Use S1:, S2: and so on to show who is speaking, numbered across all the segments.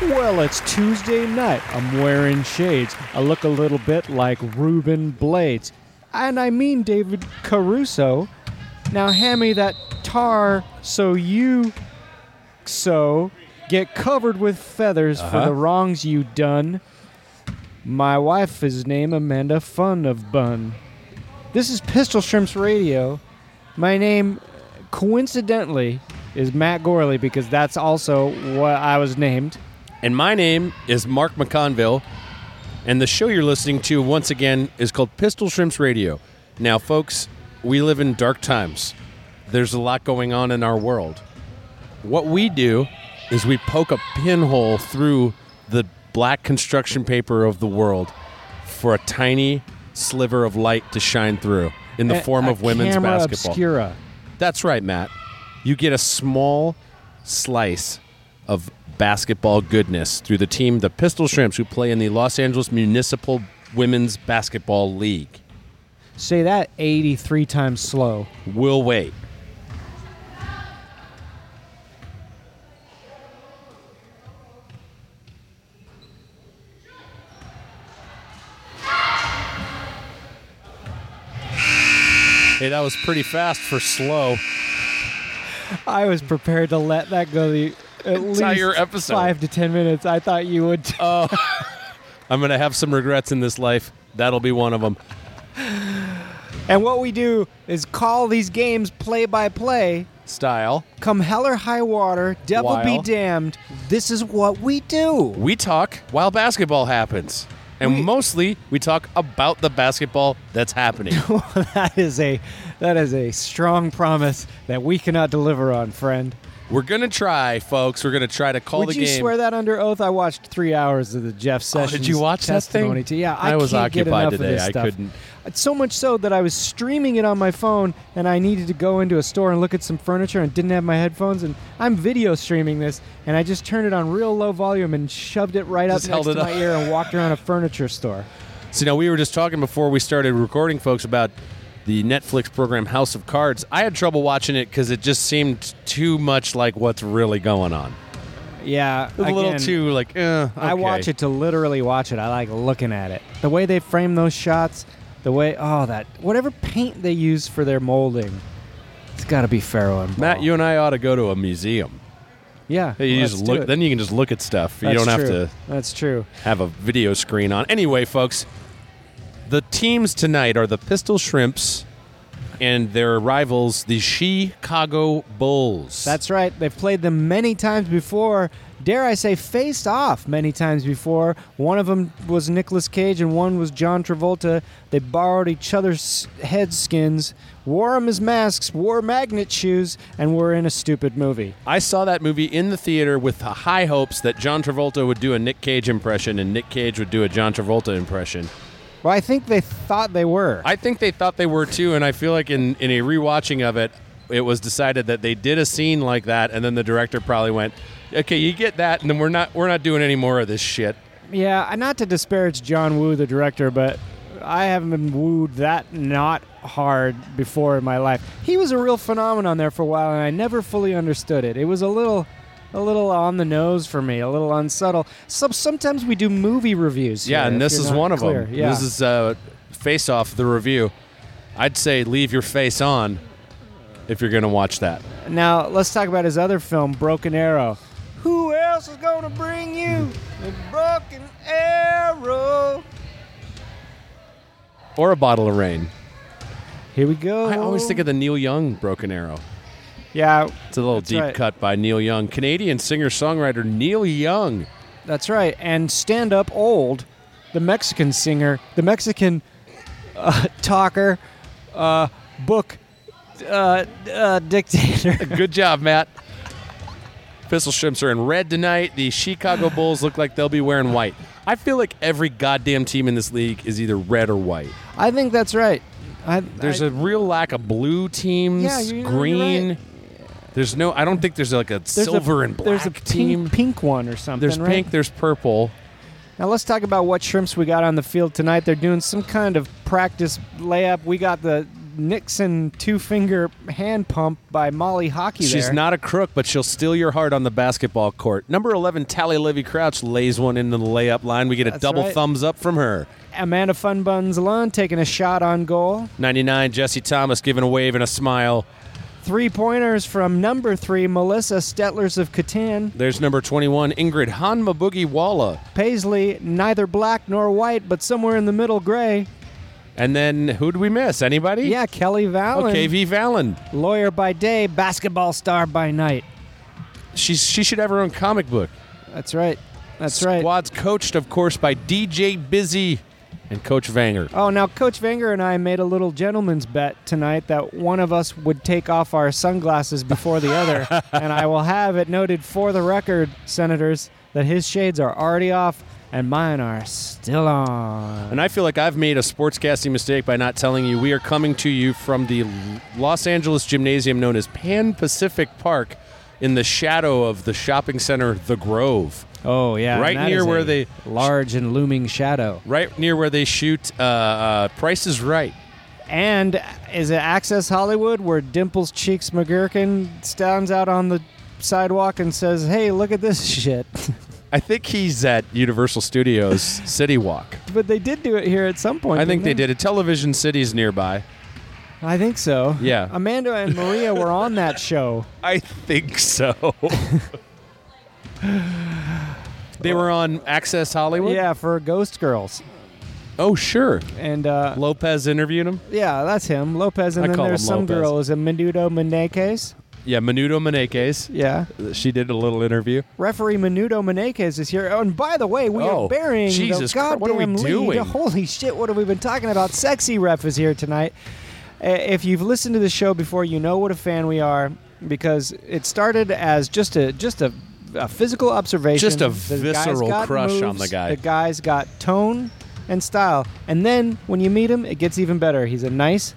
S1: Well, it's Tuesday night. I'm wearing shades. I look a little bit like Reuben Blades. And I mean David Caruso. Now hand me that tar so you so get covered with feathers for the wrongs you done. My wife is named Amanda Fun of Bun. This is Pistol Shrimps Radio. My name, coincidentally, is Matt Gorley because that's also what I was named.
S2: And my name is Mark McConville. And the show you're listening to once again is called Pistol Shrimps Radio. Now, folks, we live in dark times. There's a lot going on in our world. What we do is we poke a pinhole through the black construction paper of the world for a tiny sliver of light to shine through in the
S1: A-
S2: form
S1: a
S2: of women's
S1: camera
S2: basketball.
S1: Obscura.
S2: That's right, Matt. You get a small slice of basketball goodness through the team, the Pistol Shrimps, who play in the Los Angeles Municipal Women's Basketball League.
S1: Say that 83 times slow.
S2: We'll wait. Hey, that was pretty fast for slow.
S1: I was prepared to let that go the at
S2: Entire
S1: least
S2: episode. Uh,
S1: five to ten minutes. I thought you would. too.
S2: I'm going to have some regrets in this life. That'll be one of them.
S1: and what we do is call these games play by play.
S2: Style.
S1: Come hell or high water, devil be
S2: While-
S1: damned. This is what we do.
S2: We talk while basketball happens. And mostly we talk about the basketball that's happening.
S1: that is a that is a strong promise that we cannot deliver on, friend.
S2: We're going to try, folks. We're going to try to call
S1: Would
S2: the
S1: you
S2: game.
S1: swear that under oath? I watched three hours of the Jeff
S2: Oh,
S1: Sessions.
S2: did you watch that
S1: testimony
S2: thing?
S1: To, yeah, I,
S2: I was
S1: can't get
S2: occupied
S1: enough
S2: today.
S1: Of this
S2: I
S1: stuff.
S2: couldn't-
S1: It's So much so that I was streaming it on my phone, and I needed to go into a store and look at some furniture, and didn't have my headphones, and I'm video streaming this, and I just turned it on real low volume and shoved it right
S2: Just
S1: up
S2: held
S1: next to
S2: it
S1: my
S2: up.
S1: ear and walked around a furniture store.
S2: So now we were just talking before we started recording, folks, about the Netflix program House of Cards. I had trouble watching it because it just seemed too much like what's really going on.
S1: Yeah,
S2: It was a little
S1: again,
S2: too like. Eh,
S1: I
S2: okay.
S1: watch it to literally watch it. I like looking at it. The way they frame those shots, the way oh that whatever paint they use for their molding, it's got to be Faro and
S2: Matt,
S1: Ball.
S2: you and I ought to go to a museum.
S1: yeah.
S2: You
S1: let's
S2: just
S1: do
S2: look.
S1: it.
S2: Then you can just look at stuff. you
S1: That's
S2: don't have
S1: true.
S2: to
S1: That's true.
S2: have a video screen on. Anyway, folks, the teams tonight are the Pistol Shrimps and their rivals, the Chicago Bulls.
S1: That's right. They've played them many times before. Dare I say, faced off many times before. One of them was Nicolas Cage and one was John Travolta. They borrowed each other's head skins, wore them as masks, wore magnet shoes, and were in a stupid movie.
S2: I saw that movie in the theater with the high hopes that John Travolta would do a Nick Cage impression and Nick Cage would do a John Travolta impression.
S1: Well, I think they thought they were.
S2: I think they thought they were too, and I feel like in, in a rewatching of it, it was decided that they did a scene like that, and then the director probably went, "Okay, you get that, and then we're not we're not doing any more of this shit."
S1: Yeah, uh, not to disparage John Woo, the director, but I haven't been wooed that not hard before in my life. He was a real phenomenon there for a while, and I never fully understood it. It was a little, a little on the nose for me, a little unsubtle. Some, sometimes we do movie reviews.
S2: Yeah,
S1: here, if
S2: and this
S1: you're
S2: is
S1: not
S2: one of
S1: clear.
S2: them.
S1: Yeah.
S2: This is uh, Face Off, the review. I'd say leave your face on if you're going to watch that.
S1: now let's talk about his other film, Broken Arrow. Who else is going to bring you a broken arrow?
S2: Or a bottle of rain.
S1: Here we go.
S2: I always think of the Neil Young Broken Arrow.
S1: yeah.
S2: It's a little
S1: That's
S2: deep
S1: right.
S2: cut by Neil Young. Canadian singer songwriter Neil Young.
S1: That's right. And stand up old the Mexican singer, the Mexican uh, talker, uh, book uh, uh, dictator.
S2: Good job, Matt. Pistol Shrimps are in red tonight. The Chicago Bulls look like they'll be wearing white. I feel like every goddamn team in this league is either red or white.
S1: I think that's right. I,
S2: There's
S1: I-
S2: a real lack of blue teams,
S1: Yeah, you- you're
S2: green.
S1: right.
S2: There's no. I don't think there's like a
S1: there's
S2: silver
S1: a,
S2: and black
S1: There's a
S2: team.
S1: pink, pink one or something.
S2: there's
S1: right?
S2: pink. There's purple.
S1: Now let's talk about what shrimps we got on the field tonight. They're doing some kind of practice layup. We got the Nixon two-finger hand pump by Molly Hockey.
S2: She's
S1: there.
S2: not a crook, but she'll steal your heart on the basketball court. Number 11, Tally Levy Crouch lays one into the layup line. We get a
S1: That's
S2: double
S1: right.
S2: thumbs up from her.
S1: Amanda Funbuns Lund taking a shot on goal.
S2: 99, Jesse Thomas giving a wave and a smile.
S1: Three pointers from number three Melissa Stetlers of Catan.
S2: There's number 21, Ingrid Hanma Boogie Walla.
S1: Paisley, neither black nor white, but somewhere in the middle, gray.
S2: And then who do we miss? Anybody?
S1: Yeah, Kelly Vallon,
S2: Okay, V. Vallon.
S1: lawyer by day, basketball star by night.
S2: She's, she should have her own comic book.
S1: That's right. That's right.
S2: Squad's coached, of course, by DJ Busy and Coach Vanger.
S1: Oh, now Coach Wenger and I made a little gentleman's bet tonight that one of us would take off our sunglasses before the other, and I will have it noted for the record, Senators, that his shades are already off and mine are still on.
S2: And I feel like I've made a sportscasting mistake by not telling you we are coming to you from the Los Angeles gymnasium known as Pan Pacific Park in the shadow of the shopping center The Grove,
S1: Oh yeah,
S2: Right
S1: and that
S2: near
S1: is
S2: where
S1: a
S2: they-
S1: large and looming shadow.
S2: right near where they shoot uh, uh, Price is Right.
S1: And is it Access Hollywood where Dimples Cheeks McGurkin stands out on the sidewalk and says, "Hey, look at this shit."
S2: I think he's at Universal Studios City Walk.
S1: but they did do it here at some point.
S2: I think
S1: didn't
S2: they did a television cities nearby.
S1: I think so.
S2: Yeah.
S1: Amanda and Maria were on that show.
S2: I think so. they were on Access Hollywood?
S1: Yeah, for Ghost Girls.
S2: Oh, sure.
S1: And uh,
S2: Lopez interviewed him?
S1: yeah, that's him, Lopez. And
S2: I
S1: then
S2: call
S1: there's
S2: him
S1: some
S2: Lopez.
S1: girl. Is it Menudo Menekes?
S2: Yeah, Menudo Menekes.
S1: Yeah.
S2: She did a little interview.
S1: Referee Menudo Menekes is here. Oh, and by the way, we
S2: Oh,
S1: are burying the
S2: Jesus Christ,
S1: goddamn
S2: what are we
S1: lead.
S2: doing?
S1: Holy shit, what have we been talking about? Sexy Ref is here tonight. Uh, If you've listened to the show before, you know what a fan we are because it started as just a just a, a physical observation.
S2: Just a
S1: The guy's
S2: visceral
S1: got
S2: crush on
S1: moves,
S2: the guy.
S1: The guy's got tone and style, and then when you meet him, it gets even better. He's a nice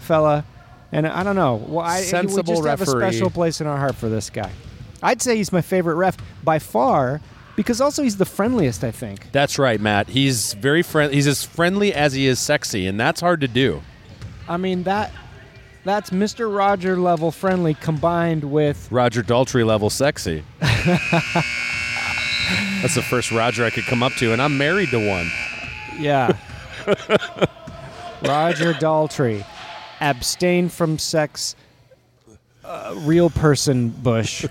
S1: fella, and I don't know. Well, I, we
S2: Sensible
S1: just have a
S2: referee.
S1: special place in our heart for this guy. I'd say he's my favorite ref by far because also he's the friendliest, I think.
S2: That's right, Matt. He's very friendly. He's as friendly as he is sexy, and that's hard to do.
S1: I mean that that's Mr. Roger level friendly combined with
S2: Roger Daltrey level sexy. that's the first Roger I could come up to, and I'm married to one.
S1: yeah. Roger Daltrey abstain from sex uh, real person Bush.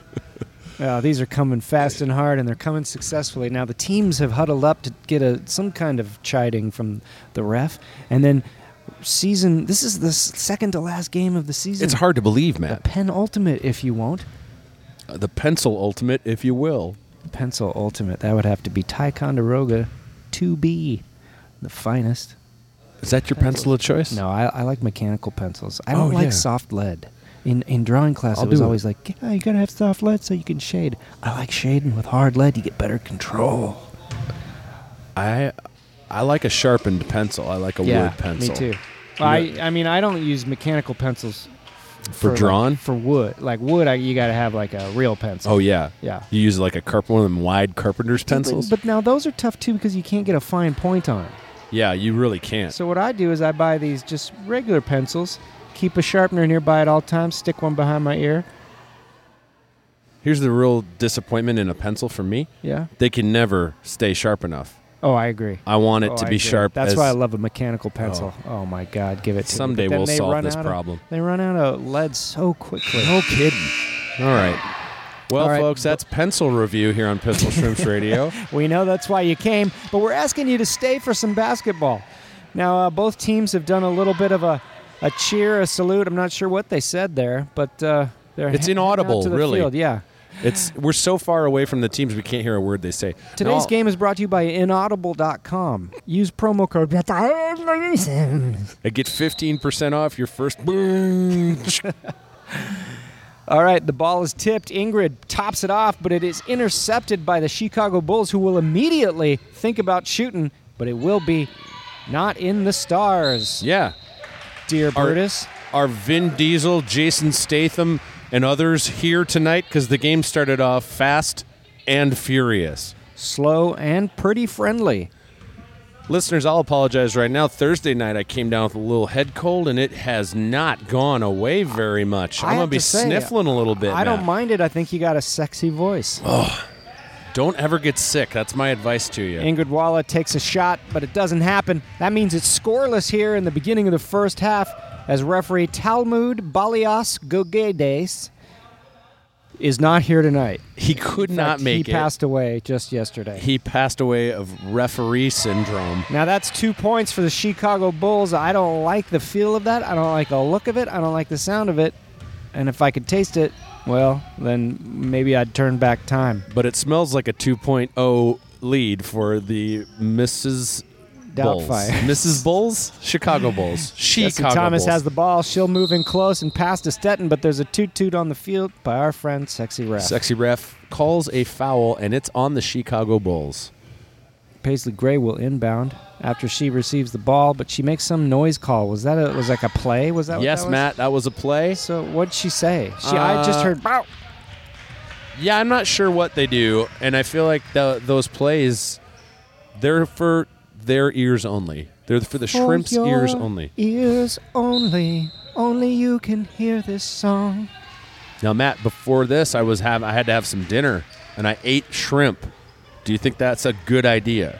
S1: Uh, these are coming fast and hard, and they're coming successfully. Now the teams have huddled up to get a some kind of chiding from the ref, and then season. This is the s- second to last game of the season.
S2: It's hard to believe, Matt.
S1: penultimate, if you won't.
S2: The pencil ultimate, if you will.
S1: Pencil ultimate. That would have to be Ticonderoga, two B, the finest.
S2: Is that your pencil of choice?
S1: No, I, I like mechanical pencils. I
S2: Oh,
S1: don't like
S2: yeah.
S1: soft lead. In in drawing class,
S2: I'll
S1: it was
S2: do it.
S1: always like, yeah, you gotta have soft lead so you can shade. I like shading with hard lead. You get better control.
S2: I I like a sharpened pencil. I like a wood pencil.
S1: me too.
S2: I-
S1: I I mean I don't use mechanical pencils
S2: For like- drawing?
S1: for wood like wood I, you gotta have like a real pencil.
S2: Oh yeah.
S1: Yeah.
S2: You use like a carp one of them wide carpenter's pencils.
S1: But now those are tough too because you can't get a fine point on it.
S2: yeah, you really can't.
S1: So what I do is I buy these just regular pencils, keep a sharpener nearby at all times, stick one behind my ear.
S2: Here's the real disappointment in a pencil for me.
S1: Yeah.
S2: They can never stay sharp enough.
S1: Oh, I agree.
S2: I want it
S1: Oh, I
S2: to be
S1: agree.
S2: sharp.
S1: That's
S2: as-
S1: why I love a mechanical pencil. Oh, my God, give it to me.
S2: Someday
S1: But then
S2: we'll
S1: they
S2: solve
S1: run
S2: this
S1: out of-
S2: problem.
S1: they run out of lead so quickly.
S2: No kidding. All right. Well,
S1: All right,
S2: folks, that's pencil review here on Pistol Shrimps Radio.
S1: We know that's why you came, but we're asking you to stay for some basketball. Now, uh, both teams have done a little bit of a, a cheer, a salute. I'm not sure what they said there, but uh, they're
S2: It's
S1: heading out
S2: inaudible,
S1: to the
S2: really.
S1: Field. Yeah,
S2: It's we're so far away from the teams we can't hear a word they say.
S1: Today's
S2: No,
S1: game is brought to you by inaudible.com. Use promo code
S2: I get fifteen percent off your first. Boom.
S1: All right, the ball is tipped. Ingrid tops it off, but it is intercepted by the Chicago Bulls, who will immediately think about shooting, but it will be not in the stars.
S2: yeah,
S1: Dear
S2: Our-
S1: Brutus,
S2: Are Vin Diesel, Jason Statham, and others here tonight? Because the game started off fast and furious.
S1: slow and pretty friendly.
S2: Listeners, I'll apologize right now. Thursday night, I came down with a little head cold, and it has not gone away very much.
S1: I
S2: I'm gonna
S1: have
S2: be
S1: to say,
S2: sniffling a little bit. Oh.
S1: I
S2: now.
S1: don't mind it. I think you got a sexy voice.
S2: Don't ever get sick. That's my advice to you.
S1: Ingrid Walla takes a shot, but it doesn't happen. That means it's scoreless here in the beginning of the first half as referee Talmud Balias Gogedes is not here tonight.
S2: he could
S1: In
S2: not
S1: fact,
S2: make
S1: he
S2: it.
S1: passed away just yesterday.
S2: he passed away of referee syndrome.
S1: now that's two points for the Chicago Bulls. I don't like the feel of that. I don't like the look of it. I don't like the sound of it. And if I could taste it, well, then maybe I'd turn back time.
S2: But it smells like a 2.0 lead for the Mrs. Bulls.
S1: Doubtfire.
S2: Mrs. Bulls? Chicago Bulls.
S1: Jesse
S2: Chicago
S1: Thomas
S2: Bulls.
S1: has the ball. She'll move in close and pass to Stetton, but there's a toot-toot on the field by our friend Sexy Ref.
S2: Sexy ref calls a foul, and it's on the Chicago Bulls.
S1: Paisley Gray will inbound after she receives the ball, but she makes some noise call. Was that a, was like a play? Was that what
S2: yes,
S1: that was?
S2: Matt, that was a play.
S1: So what'd she say? She I just
S2: Uh,
S1: heard bow.
S2: Yeah, I'm not sure what they do, and I feel like the, those plays, they're for their ears only. They're for the shrimp's
S1: For your
S2: ears only.
S1: Ears only. Only you can hear this song.
S2: Now, Matt, before this, I was have I had to have some dinner, and I ate shrimp. Do you think that's a good idea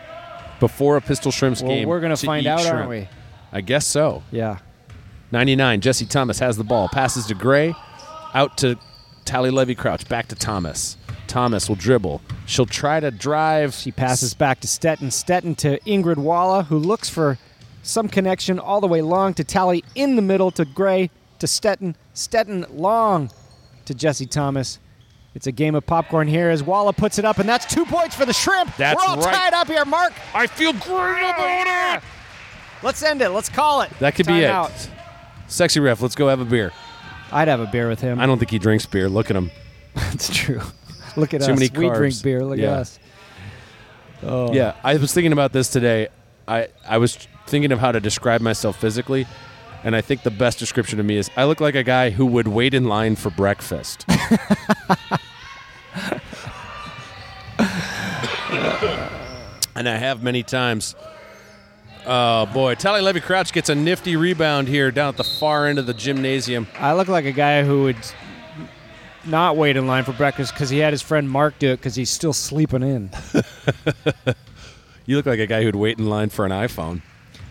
S2: before a pistol shrimps
S1: Well,
S2: game?
S1: we're gonna
S2: to
S1: find
S2: eat
S1: out,
S2: shrimp?
S1: aren't we?
S2: I guess so.
S1: Yeah.
S2: 99. Jesse Thomas has the ball, passes to Gray, out to Tally Levy Crouch, back to Thomas. Thomas will dribble. She'll try to drive.
S1: She passes back to Stetton. Stetton to Ingrid Walla, who looks for some connection all the way long to Tally in the middle to Gray to Stetton. Stetton long to Jesse Thomas. It's a game of popcorn here as Walla puts it up, and that's two points for the shrimp.
S2: That's
S1: We're all
S2: right.
S1: tied up here, Mark.
S2: I feel great about it.
S1: Let's end it. Let's call it.
S2: That could be it.
S1: Timeout.
S2: Sexy ref, let's go have a beer.
S1: I'd have a beer with him.
S2: I don't think he drinks beer. Look at him.
S1: That's true. Look at
S2: Too
S1: us.
S2: many
S1: we drink
S2: carbs.
S1: beer. Look
S2: Yeah.
S1: at us. Oh.
S2: Yeah, I was thinking about this today. I I was thinking of how to describe myself physically, and I think the best description to me is I look like a guy who would wait in line for breakfast. and I have many times. Oh boy, Tally Levy Crouch gets a nifty rebound here down at the far end of the gymnasium.
S1: I look like a guy who would not wait in line for breakfast because he had his friend Mark do it because he's still sleeping in.
S2: You look like a guy who'd wait in line for an iPhone.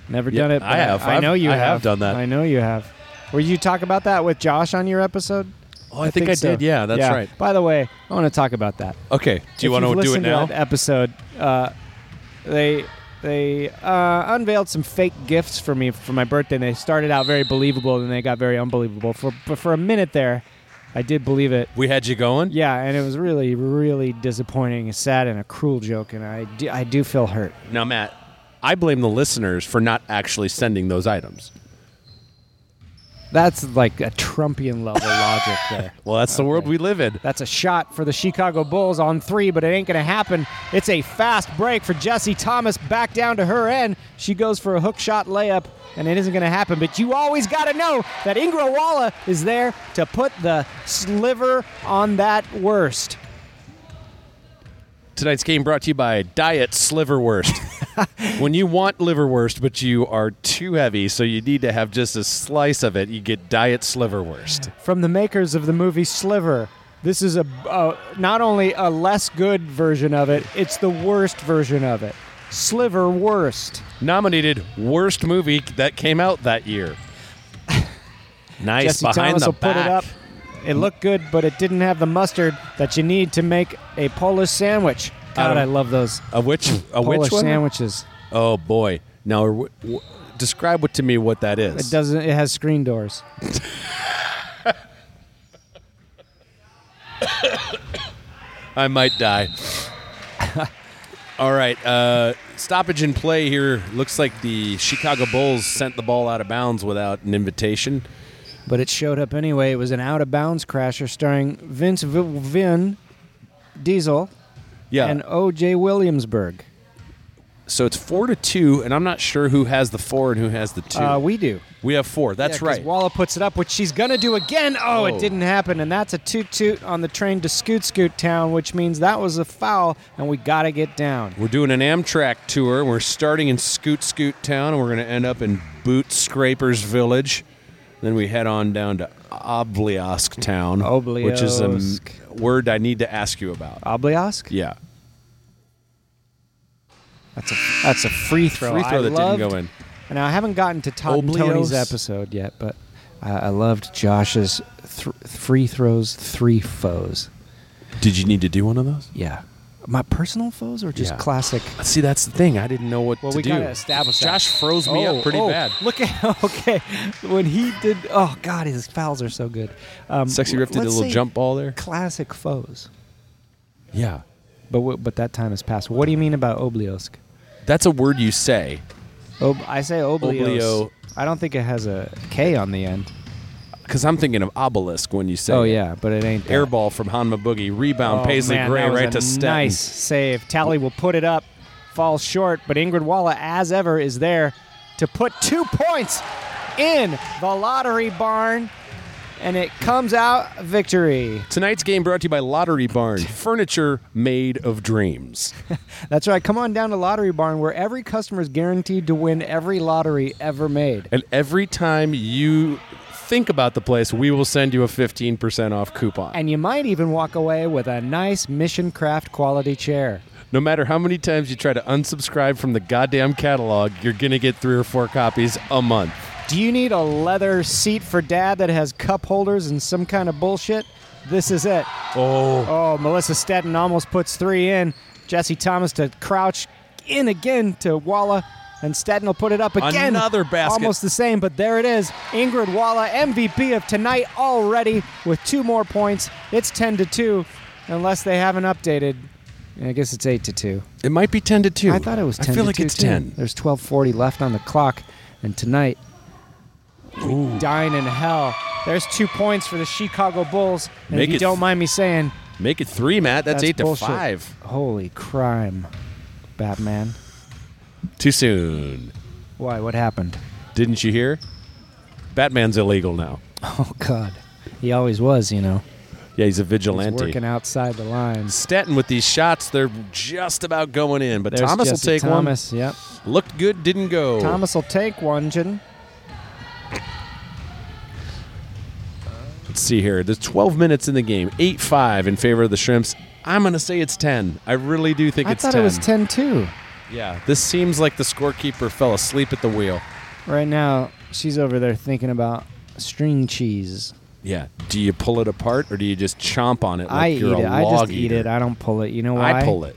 S1: Never
S2: Yeah,
S1: done it.
S2: I have.
S1: I,
S2: I've-
S1: know you
S2: I
S1: have.
S2: have done that.
S1: I know you have. Were you talk about that with Josh on your episode?
S2: Oh, I, think, I
S1: so.
S2: did. Yeah, that's right.
S1: By the way, I want to talk about that.
S2: Okay, do you want to do it now?
S1: that episode. Uh, they they uh, unveiled some fake gifts for me for my birthday. and They started out very believable, then they got very unbelievable. For but for a minute there, I did believe it.
S2: We had you going.
S1: Yeah, and it was really, really disappointing and sad and a cruel joke, and I do, I do feel hurt.
S2: Now, Matt, I blame the listeners for not actually sending those items.
S1: That's like a Trumpian level logic there.
S2: Well, that's the world we live in.
S1: That's a shot for the Chicago Bulls on three, but it ain't going to happen. It's a fast break for Jesse Thomas back down to her end. She goes for a hook shot layup, and it isn't going to happen. But you always got to know that Ingra Walla is there to put the sliver on that worst.
S2: Tonight's game brought to you by Diet Sliverwurst. when you want liverwurst, but you are too heavy, so you need to have just a slice of it, you get Diet Sliverwurst.
S1: from the makers of the movie Sliver. This is a uh, not only a less good version of it; it's the worst version of it. Sliver worst.
S2: Nominated worst movie that came out that year. Nice
S1: Jesse
S2: behind
S1: Thomas
S2: the
S1: will
S2: back.
S1: put it up. It looked good, but it didn't have the mustard that you need to make a Polish sandwich. God,
S2: Adam,
S1: I love those
S2: A which a
S1: Polish
S2: which one?
S1: sandwiches.
S2: Oh boy! Now, w- w- describe what to me what that is.
S1: It doesn't. It has screen doors.
S2: I might die. All right, uh, stoppage in play here. Looks like the Chicago Bulls sent the ball out of bounds without an invitation.
S1: But it showed up anyway. It was an out of bounds crasher starring Vince v- Vin Diesel
S2: Yeah.
S1: and O.J. Williamsburg.
S2: so it's four to two, and I'm not sure who has the four and who has the two.
S1: Uh, we do.
S2: we have four. That's
S1: Yeah, 'cause
S2: right.
S1: Walla puts it up, which she's gonna do again. Oh,
S2: Oh.
S1: it didn't happen, and that's a toot toot on the train to Scoot Scoot Town, which means that was a foul, and we gotta get down.
S2: We're doing an Amtrak tour. We're starting in Scoot Scoot Town, and we're going to end up in Boot Scrapers Village. Then we head on down to Obliosk Town, which is a m-
S1: Obliosk.
S2: word I need to ask you about.
S1: Obliosk.
S2: Yeah,
S1: That's a that's a free throw.
S2: free throw
S1: I
S2: that
S1: loved-
S2: didn't go in.
S1: Now I haven't gotten to Todd and Tony's
S2: Oblios.
S1: episode yet, but I, I loved Josh's thr free throws, three foes.
S2: Did you need to do one of those?
S1: Yeah, my personal foes or just
S2: Yeah.
S1: classic.
S2: See, that's the thing. I didn't know what
S1: Well,
S2: to
S1: we
S2: do.
S1: gotta establish that.
S2: Josh froze me up pretty bad.
S1: Oh, Look at okay when he did. Oh God, his fouls are so good. Um,
S2: Sexy Riff did a
S1: let's
S2: little
S1: say
S2: jump ball there.
S1: Classic foes,
S2: Yeah,
S1: but wh- but that time has passed. What do you mean about Obliosk?
S2: that's a word you say.
S1: Ob- I say Oblios.
S2: Oblio.
S1: I don't think it has a K on the end.
S2: Because I'm thinking of obelisk when you say.
S1: Oh
S2: it.
S1: yeah, but it ain't that.
S2: air ball from Hanma Boogie, rebound
S1: Oh,
S2: Paisley
S1: man,
S2: Gray
S1: that was
S2: right
S1: a
S2: to Stetton.
S1: Nice save. Tally will put it up. Falls short, but Ingrid Walla, as ever, is there to put two points in the lottery barn, and it comes out victory.
S2: Tonight's game brought to you by Lottery Barn, furniture made of dreams.
S1: That's right. Come on down to Lottery Barn, where every customer is guaranteed to win every lottery ever made.
S2: And every time you think about the place, we will send you a 15% off coupon.
S1: And you might even walk away with a nice Mission Craft quality chair.
S2: No matter how many times you try to unsubscribe from the goddamn catalog, you're going to get three or four copies a month.
S1: Do you need a leather seat for dad that has cup holders and some kind of bullshit? This is it.
S2: Oh.
S1: Oh, Melissa Stetton almost puts three in. Jesse Thomas to crouch in again to Walla. And Stetton will put it up again.
S2: Another basket.
S1: Almost the same, but there it is. Ingrid Walla, MVP of tonight already with two more points. It's 10 to 2, unless they haven't updated. I guess it's 8 to 2.
S2: It might be 10 to 2.
S1: I thought it was 10
S2: I feel
S1: to
S2: like
S1: 2,
S2: it's
S1: too.
S2: 10.
S1: There's 1240 left on the clock. And tonight, we dine in hell. There's two points for the Chicago Bulls. And
S2: Make
S1: if you
S2: it
S1: don't
S2: th-
S1: mind me saying,
S2: Make it three, Matt. That's, 8 to
S1: bullshit.
S2: 5.
S1: Holy crime, Batman.
S2: Too soon.
S1: Why? What happened?
S2: Didn't you hear? Batman's illegal now.
S1: Oh, God. He always was, you know.
S2: Yeah, he's a
S1: He's
S2: vigilante.
S1: working outside the lines.
S2: Stetton with these shots, they're just about going in, but
S1: There's
S2: Thomas
S1: Jesse
S2: will take Oh.
S1: Thomas, Yep.
S2: one. Looked good, didn't go.
S1: Thomas will take one, Jin.
S2: Let's see here. There's 12 minutes in the game. 8 5 in favor of the Shrimps. I'm going to say it's 10. I really do think
S1: I
S2: it's
S1: thought
S2: 10.
S1: it was 10 2.
S2: Yeah. This seems like the scorekeeper fell asleep at the wheel.
S1: Right now, she's over there thinking about string cheese.
S2: Yeah. Do you pull it apart or do you just chomp on it like
S1: I eat
S2: you're
S1: it.
S2: a
S1: I
S2: log
S1: just eat
S2: eater?
S1: it. I don't pull it. You know why?
S2: I pull it.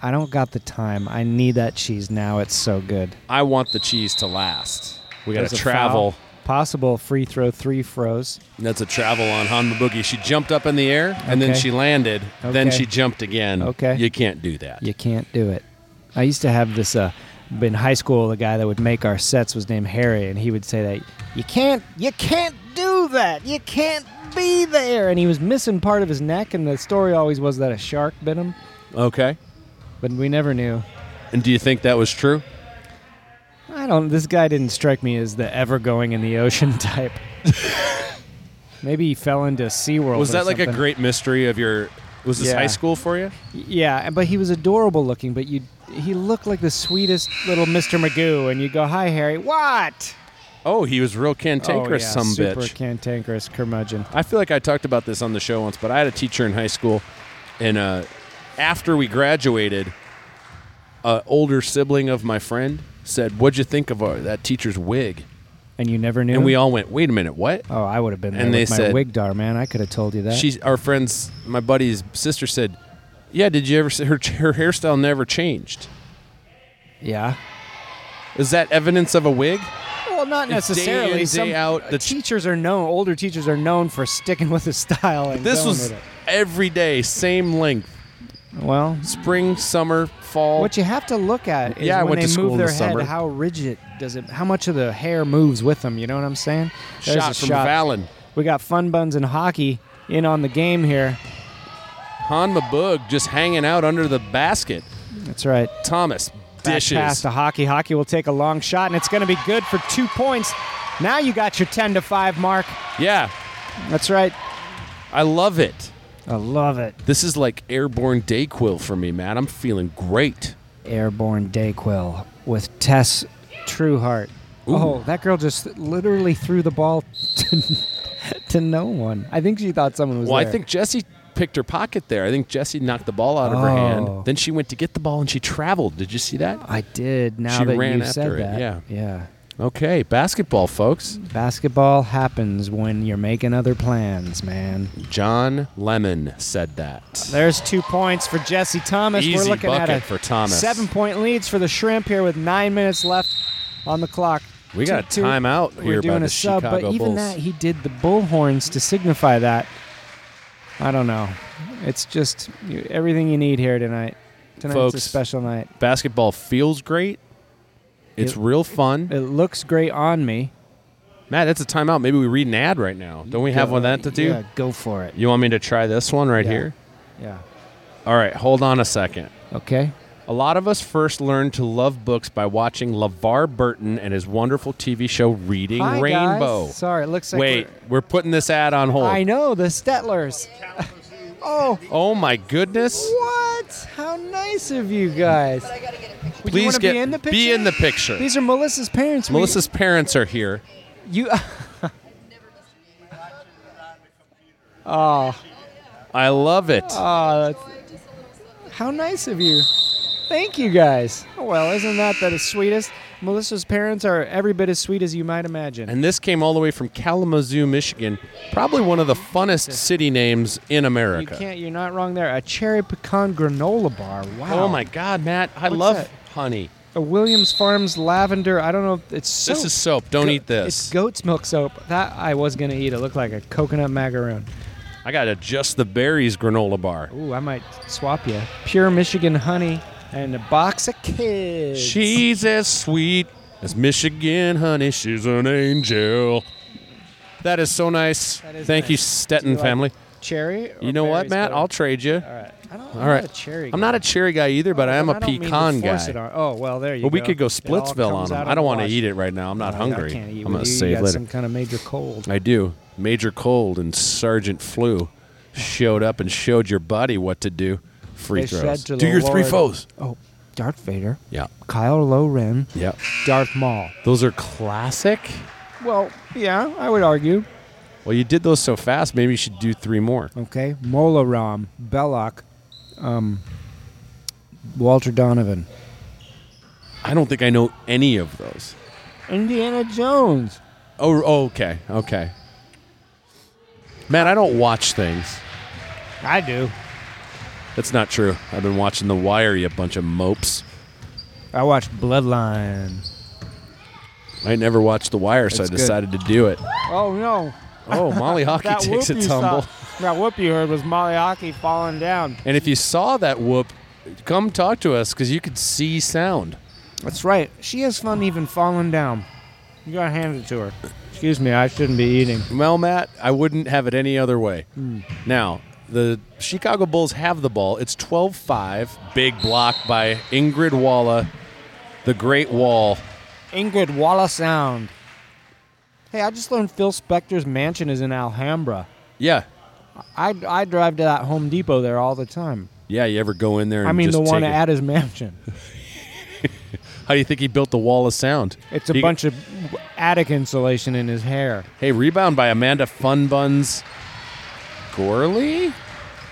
S1: I don't got the time. I need that cheese now. It's so good.
S2: I want the cheese to last. We got
S1: There's
S2: to
S1: a
S2: travel.
S1: foul. Possible free throw, three froze.
S2: That's a travel on Hanma Boogie. She jumped up in the air and then
S1: Okay.
S2: she landed. Then
S1: Okay.
S2: she jumped again.
S1: Okay.
S2: You can't do that.
S1: You can't do it. I used to have this uh in high school the guy that would make our sets was named Harry and he would say that you can't you can't do that. You can't be there and he was missing part of his neck and the story always was that a shark bit him,
S2: Okay.
S1: but we never knew.
S2: And do you think that was true?
S1: I don't this guy didn't strike me as the ever going in the ocean type. Maybe he fell into SeaWorld.
S2: Was
S1: or
S2: that like a
S1: something.
S2: great mystery of your? Was this
S1: Yeah.
S2: high school for you?
S1: Yeah, and- but he was adorable looking, but you he looked like the sweetest little Mr. Magoo and you go, "Hi Harry." What? Oh,
S2: Oh, he was real cantankerous, some
S1: super
S2: bitch.
S1: cantankerous curmudgeon.
S2: I feel like I talked about this on the show once, but I had a teacher in high school, and uh, after we graduated, an older sibling of my friend said, "What'd you think of our, that teacher's wig?"
S1: And you never knew.
S2: And we all went, "Wait a minute, what?"
S1: oh, I would have been there
S2: And
S1: with
S2: they
S1: my
S2: said-
S1: Wigdar, man. I could have told you that.
S2: She's our friend's, my buddy's sister said, "Yeah, did you ever see her? Her hairstyle never changed.
S1: yeah.
S2: Is that evidence of a wig?"
S1: Well, not
S2: It's day
S1: necessarily.
S2: in, day
S1: Some
S2: out, the-
S1: teachers are known. Older teachers are known for sticking with the style and
S2: This
S1: going
S2: was
S1: with it.
S2: every day, same length.
S1: Well,
S2: Spring, summer, fall.
S1: what you have to look at is
S2: Yeah, I
S1: when
S2: went
S1: they
S2: to school
S1: move
S2: in the
S1: their head,
S2: summer.
S1: how rigid does it, how much of the hair moves with them. You know what I'm saying? There's
S2: shot
S1: a
S2: from Valen.
S1: We got fun buns and hockey in on the game here.
S2: Han Mabug just hanging out under the basket.
S1: That's right.
S2: Thomas
S1: Back
S2: dishes.
S1: pass to hockey. Hockey will take a long shot, and it's going to be good for two points. Now you got your 10 to 5 mark.
S2: Yeah,
S1: That's right.
S2: I love it.
S1: I love it.
S2: This is like airborne Dayquil for me, man. I'm feeling great.
S1: Airborne Dayquil with Tess Trueheart.
S2: Ooh.
S1: Oh, that girl just literally threw the ball to, to no one. I think she thought someone was
S2: Well, I
S1: there.
S2: think Jesse picked her pocket there. I think Jesse knocked the ball out of her
S1: Oh.
S2: hand. Then she went to get the ball and she traveled. Did you see that?
S1: I did. Now
S2: She
S1: that
S2: ran
S1: you said
S2: after it,
S1: that,
S2: yeah.
S1: yeah.
S2: Okay, basketball, folks.
S1: Basketball happens when you're making other plans, man.
S2: John Lemon said that.
S1: There's two points for Jesse Thomas. We're
S2: Easy
S1: looking
S2: bucket
S1: at a
S2: for Thomas.
S1: seven-point leads for the Shrimp here with nine minutes left on the clock.
S2: We got a
S1: Two- two-
S2: timeout
S1: We're
S2: here by
S1: doing
S2: the
S1: a sub,
S2: Chicago
S1: but even
S2: Bulls.
S1: that, he did the bullhorns to signify that. I don't know. It's just you- everything you need here tonight. Tonight's a
S2: Folks.
S1: special night.
S2: Basketball feels great. It's
S1: It-
S2: real fun.
S1: It looks great on me.
S2: Matt, that's a timeout. Maybe we read an ad right now. Don't we have one that to do?
S1: Yeah, go for it.
S2: You want me to try this one right
S1: Yeah.
S2: here?
S1: Yeah.
S2: All right, hold on a second.
S1: Okay.
S2: A lot of us first learned to love books by watching LeVar Burton and his wonderful TV show Reading
S1: Hi,
S2: Rainbow.
S1: guys. Sorry, it looks like
S2: Wait,
S1: we're-
S2: we're putting this ad on hold.
S1: I know the Stetlers. oh,
S2: Oh my goodness.
S1: what? How nice of you guys. Would you
S2: Please
S1: wanna
S2: get
S1: be in the picture.
S2: Be in the picture.
S1: These are Melissa's parents. We-
S2: Melissa's parents are here.
S1: you. oh,
S2: I love it.
S1: oh, that's, how nice of you. Thank you guys. Oh, Well, isn't that the sweetest? Melissa's parents are every bit as sweet as you might imagine.
S2: and this came all the way from Kalamazoo, Michigan. Probably one of the funnest city names in
S1: you
S2: America.
S1: can't. You're not wrong there. A cherry pecan granola bar. Wow.
S2: Oh my God, Matt. I
S1: What's
S2: love
S1: that?
S2: honey.
S1: A Williams Farms lavender. I don't know. if It's soap.
S2: This is soap. Don't
S1: Go-
S2: eat this.
S1: It's goat's milk soap. That I was gonna eat. It looked like a coconut macaroon.
S2: I got a Just the Berries granola bar.
S1: Ooh, I might swap you. Pure Michigan honey and a box of kids.
S2: She's as sweet as Michigan honey. She's an angel. That is so nice.
S1: That is
S2: Thank you,
S1: nice. Do you
S2: Stetton
S1: like
S2: family.
S1: cherry. or
S2: you know what,
S1: berries
S2: Matt?
S1: better?
S2: I'll trade you.
S1: All right. I don't. I'm
S2: All right.
S1: Not a cherry.
S2: I'm not a cherry guy either, but I am a
S1: a
S2: pecan guy.
S1: Oh well, there you
S2: But
S1: go.
S2: we could go
S1: It all
S2: Splitsville on
S1: comes out
S2: them. I don't
S1: the
S2: want to
S1: wash.
S2: eat it right now. I'm not
S1: No,
S2: hungry.
S1: I can't eat
S2: I'm
S1: with
S2: gonna
S1: you. You
S2: save
S1: got
S2: later.
S1: Some kind of major cold.
S2: I do. Major Cold and Sergeant Flu showed up and showed your buddy what to do. Free
S1: They
S2: throws.
S1: said to the
S2: do your three
S1: Lord-
S2: foes.
S1: Oh, Darth Vader,
S2: Yeah.
S1: Kyle Loren,
S2: Yeah.
S1: Darth Maul.
S2: Those are classic.
S1: Well, yeah, I would argue.
S2: Well, you did those so fast. Maybe you should do three more.
S1: Okay, Molaram, Belloc, um, Walter Donovan,
S2: I don't think I know any of those.
S1: Indiana Jones.
S2: Oh, oh, okay, okay. Man, I don't watch things.
S1: I do.
S2: That's not true. I've been watching The Wire, you bunch of mopes.
S1: I watched Bloodline.
S2: I never watched The Wire, so
S1: It's
S2: I
S1: good.
S2: decided to do it.
S1: Oh no!
S2: Oh, Molly Hockey takes a tumble.
S1: that whoop you heard was Molly Hockey falling down.
S2: And if you saw that whoop, come talk to us because you could see sound.
S1: That's right. She has fun even falling down. You gotta hand it to her. Excuse me, I shouldn't be eating.
S2: Well, Matt, I wouldn't have it any other way.
S1: Hmm.
S2: Now, the Chicago Bulls have the ball. It's 12 5. Big block by Ingrid Walla, the great wall.
S1: Ingrid Walla Sound. Hey, I just learned Phil Spector's mansion is in Alhambra.
S2: Yeah.
S1: I, I drive to that Home Depot there all the time.
S2: Yeah, you ever go in there and
S1: I mean,
S2: just
S1: the one
S2: take it-
S1: at his mansion.
S2: How do you think he built the wall of sound?
S1: It's a
S2: He-
S1: bunch of attic insulation in his hair.
S2: Hey, rebound by Amanda Funbuns Gorley?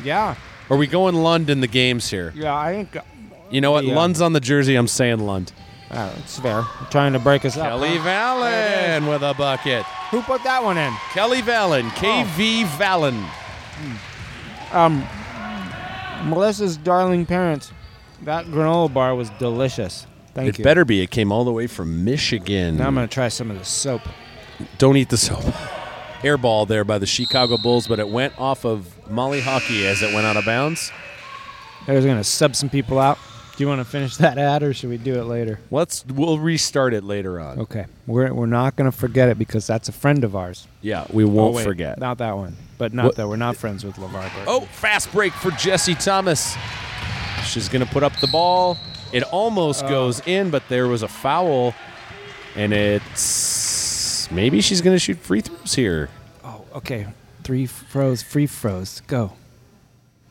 S1: Yeah,
S2: Are we going Lund in the games here?
S1: yeah, I think uh,
S2: You know what?
S1: Yeah.
S2: Lund's on the jersey. I'm saying Lund.
S1: uh, it's fair. Trying to break us up.
S2: Kelly
S1: huh?
S2: Valen with a bucket.
S1: Who put that one in?
S2: Kelly Valen, KV Valen.
S1: Um, Melissa's darling parents. That granola bar was delicious. Thank
S2: It
S1: you.
S2: better be. It came all the way from Michigan.
S1: Now I'm gonna try some of the soap.
S2: Don't eat the soap. Airball there by the Chicago Bulls, but it went off of Molly Hockey as it went out of bounds.
S1: They're going to sub some people out. Do you want to finish that ad or should we do it later?
S2: Let's we'll restart it later on.
S1: Okay. We're, we're not going to forget it because that's a friend of ours.
S2: Yeah, we won't
S1: Oh, wait,
S2: forget.
S1: Not that one, but not
S2: What-
S1: that we're not friends with LeVar Burton.
S2: Oh, fast break for Jesse Thomas. She's going to put up the ball. It
S1: Uh.
S2: almost goes in, but there was a foul, and it's maybe she's going to shoot free throws here.
S1: Oh, okay. Three froze, free froze. Go.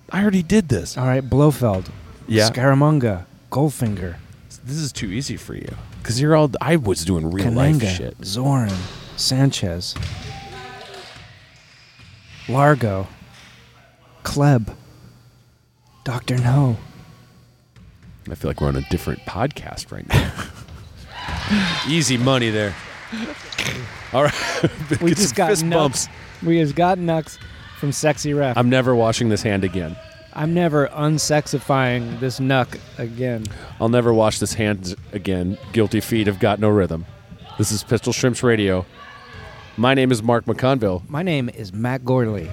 S2: I already did this.
S1: All right, Blofeld.
S2: Yeah.
S1: Scaramanga. Goldfinger.
S2: This is too easy for you because you're all. I was doing real life
S1: Kalanga.
S2: shit.
S1: Zoran. Sanchez. Largo. Kleb. Dr. No.
S2: I feel like we're on a different podcast right now. easy money there. All right,
S1: We
S2: Get
S1: just
S2: some
S1: got
S2: fist
S1: nucks.
S2: bumps.
S1: We just got nucks from Sexy Ref. I'm,
S2: I'm never washing this hand again.
S1: never unsexifying this nuck again.
S2: I'll never wash this hand again. Guilty feet have got no rhythm. This is Pistol Shrimps Radio. My name is Mark McConville.
S1: My name is Matt Gorley.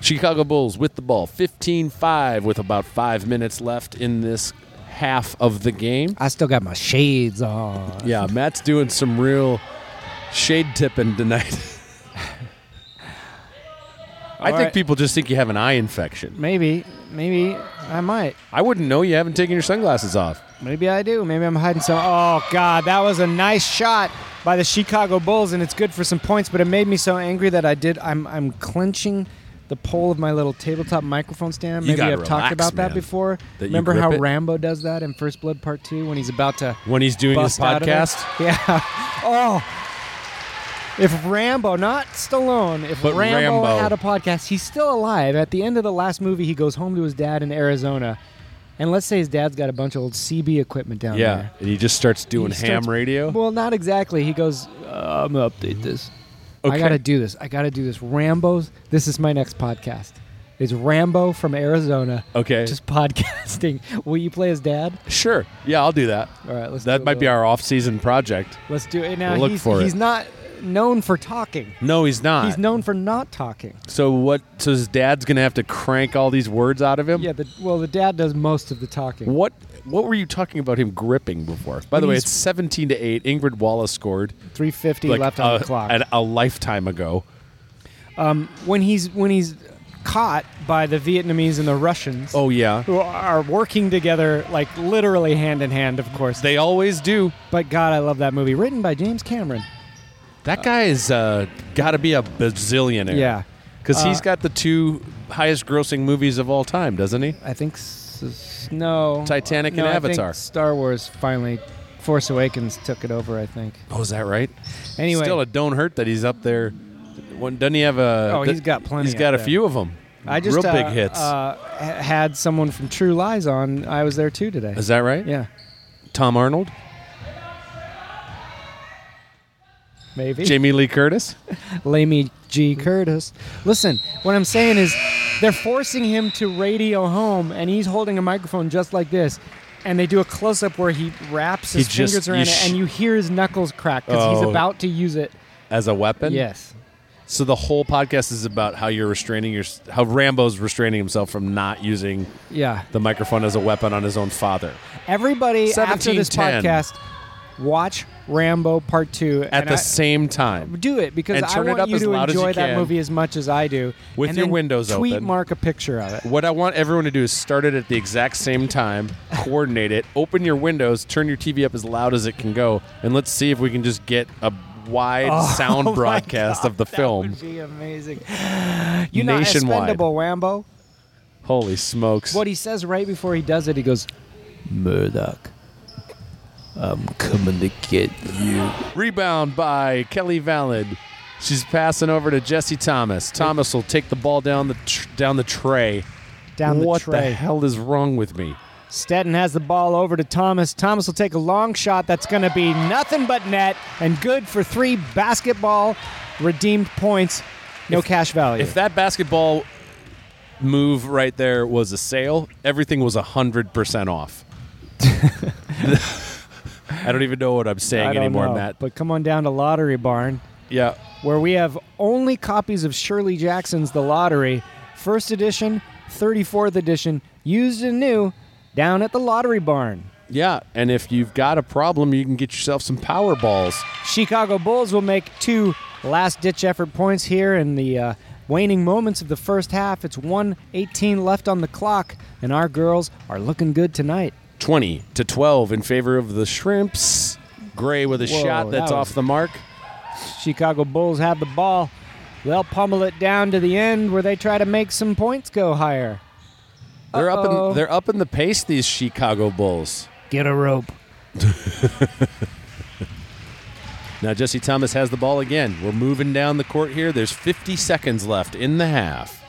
S2: Chicago Bulls with the ball, 15 5 with about five minutes left in this half of the game.
S1: I still got my shades on.
S2: Yeah, Matt's doing some real shade tipping tonight. I
S1: All
S2: think
S1: right.
S2: people just think you have an eye infection.
S1: Maybe, maybe I might.
S2: I wouldn't know you haven't taken your sunglasses off.
S1: Maybe I do. Maybe I'm hiding some. Oh God, that was a nice shot by the Chicago Bulls, and it's good for some points. But it made me so angry that I did. I'm I'm clenching the pole of my little tabletop microphone stand.
S2: You
S1: Maybe
S2: gotta
S1: I've talked
S2: relax,
S1: about that
S2: man.
S1: before.
S2: That you
S1: Remember
S2: grip
S1: how
S2: it?
S1: Rambo does that in First Blood Part Two when he's about to
S2: When he's doing
S1: bust
S2: his
S1: out of it?
S2: podcast,
S1: Yeah. Oh. If Rambo, not Stallone, if
S2: But
S1: Rambo,
S2: Rambo.
S1: had a podcast, he's still alive. At the end of the last movie, he goes home to his dad in Arizona, and let's say his dad's got a bunch of old CB equipment down
S2: yeah,
S1: there.
S2: and he just starts doing
S1: Oh, He
S2: ham
S1: starts-
S2: radio.
S1: Well, not exactly. He goes, uh, "I'm gonna update this. I
S2: Okay.
S1: gotta do this. I gotta do this." Rambo's. This is my next podcast. It's Rambo from Arizona,
S2: Okay.
S1: just podcasting. Will you play his dad?
S2: sure. Yeah, I'll do that.
S1: All right, let's. do
S2: That
S1: it.
S2: might be our off-season project.
S1: Let's do it now.
S2: We'll look
S1: he's,
S2: for it.
S1: he's not known for talking.
S2: No, he's not.
S1: He's known for not talking.
S2: so what? So his dad's gonna have to crank all these words out of him.
S1: Yeah, the, well, the dad does most of the talking.
S2: What? What were you talking about him gripping before? By the way,
S1: He's-
S2: it's seventeen to eight. Ingrid Wallace scored
S1: 350 left
S2: a,
S1: on the clock.
S2: uh, a, a lifetime ago.
S1: when he's when he's caught by the Vietnamese and the Russians,
S2: Oh yeah,
S1: who are working together like literally hand in hand, of course.
S2: they always do.
S1: but God, I love that movie, written by James Cameron.
S2: That guy is uh, got to be a bazillionaire.
S1: Yeah.
S2: because he's
S1: Uh,
S2: got the two highest-grossing movies of all time, doesn't he?
S1: I think s- s- no
S2: Titanic
S1: No,
S2: and
S1: I think
S2: Avatar.
S1: Star Wars finally, Force Awakens took it over. I think.
S2: Oh, is that right?
S1: Anyway,
S2: Still, it don't hurt that he's up there. One, doesn't he have a?
S1: Oh, he's got plenty
S2: He's got
S1: up
S2: a
S1: there.
S2: few of them.
S1: I just
S2: real
S1: uh,
S2: big hits.
S1: Uh, ha- had someone from True Lies on. I was there too today.
S2: Is that right?
S1: Yeah,
S2: Tom Arnold,
S1: maybe.
S2: Jamie Lee Curtis.
S1: Lamy G. Curtis. Listen, what I'm saying is they're forcing him to radio home, and he's holding a microphone just like this. And they do a close up where he wraps his
S2: He just-
S1: fingers
S2: you
S1: around
S2: sh-
S1: it, and you hear his knuckles crack because he's
S2: Oh.
S1: about to use it.
S2: as a weapon.
S1: yes.
S2: So the whole podcast is about how you're restraining your, how Rambo's restraining himself from not using
S1: Yeah.
S2: the microphone as a weapon on his own father
S1: Everybody after this
S2: 1710.
S1: podcast, watch Rambo Part 2.
S2: at
S1: and
S2: the
S1: I-
S2: same time.
S1: do it because
S2: And
S1: I
S2: turn it
S1: want
S2: up
S1: you
S2: as
S1: to
S2: loud as you
S1: enjoy that
S2: can.
S1: movie as much as I do.
S2: With
S1: and
S2: your
S1: then
S2: windows
S1: tweet
S2: open.
S1: mark a picture of it.
S2: What I want everyone to do is start it at the exact same time, coordinate it, open your windows, turn your TV up as loud as it can go, and let's see if we can just get a wide
S1: Oh
S2: sound
S1: my
S2: broadcast
S1: God,
S2: of the
S1: that
S2: film.
S1: would be amazing. You know,
S2: Nationwide.
S1: expendable Rambo.
S2: Holy smokes.
S1: What he says right before he does it, he goes, "Murdoch, I'm coming to get you."
S2: Rebound by Kelly Valid. She's passing over to Jesse Thomas. Thomas will take the ball down the tr- down the tray.
S1: Down the
S2: what the
S1: tray.
S2: hell is wrong with me?
S1: Stetton has the ball over to Thomas. Thomas will take a long shot that's going to be nothing but net and good for three basketball redeemed points. No cash value.
S2: If that basketball move right there was a sale, everything was 100% off. I don't even know what I'm
S1: I
S2: saying
S1: don't
S2: anymore,
S1: know,
S2: Matt.
S1: But come on down to Lottery Barn.
S2: yeah.
S1: where we have only copies of Shirley Jackson's The Lottery, first edition, 34th edition, used and new, down at the lottery barn.
S2: Yeah, and if you've got a problem, you can get yourself some power balls.
S1: Chicago Bulls will make two last ditch effort points here in the uh, waning moments of the first half. It's 118 left on the clock, and our girls are looking good tonight.
S2: 20 to 12 in favor of the Shrimps. Gray with a
S1: Whoa,
S2: shot that's
S1: that was-
S2: off the mark.
S1: Chicago Bulls have the ball. They'll pummel it down to the end where they try to make some points go higher.
S2: They're up
S1: Uh-oh.
S2: in they're up in the pace these Chicago Bulls.
S1: Get a rope.
S2: Now Jesse Thomas has the ball again. We're moving down the court here. There's 50 seconds left in the half.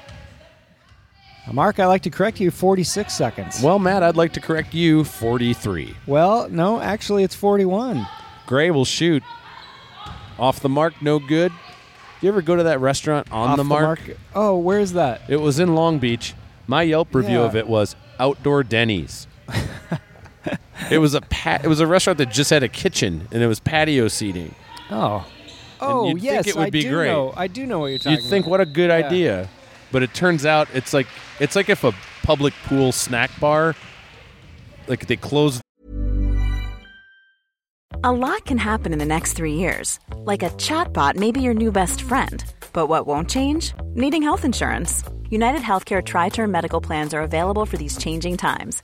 S1: Mark, I like to correct you 46 seconds.
S2: Well, Matt, I'd like to correct you. 43.
S1: Well, no, actually, it's 41.
S2: Gray will shoot. Off the mark, no good. You ever go to that restaurant on
S1: Off
S2: the mark?
S1: Oh, where's that?
S2: It was in Long Beach. My Yelp review
S1: Yeah.
S2: of it was outdoor Denny's. it was a pat, it was a restaurant that just had a kitchen and it was patio seating.
S1: Oh. Oh,
S2: you'd think
S1: yes,
S2: it would
S1: I
S2: be
S1: do
S2: great.
S1: know. I do know what you're talking
S2: You'd think
S1: about.
S2: what a good
S1: Yeah.
S2: idea, but it turns out it's like it's like if a public pool snack bar, like they closed
S3: A lot can happen in the next three years. Like a chatbot may be your new best friend. But what won't change? Needing health insurance. United Healthcare Tri Term Medical Plans are available for these changing times.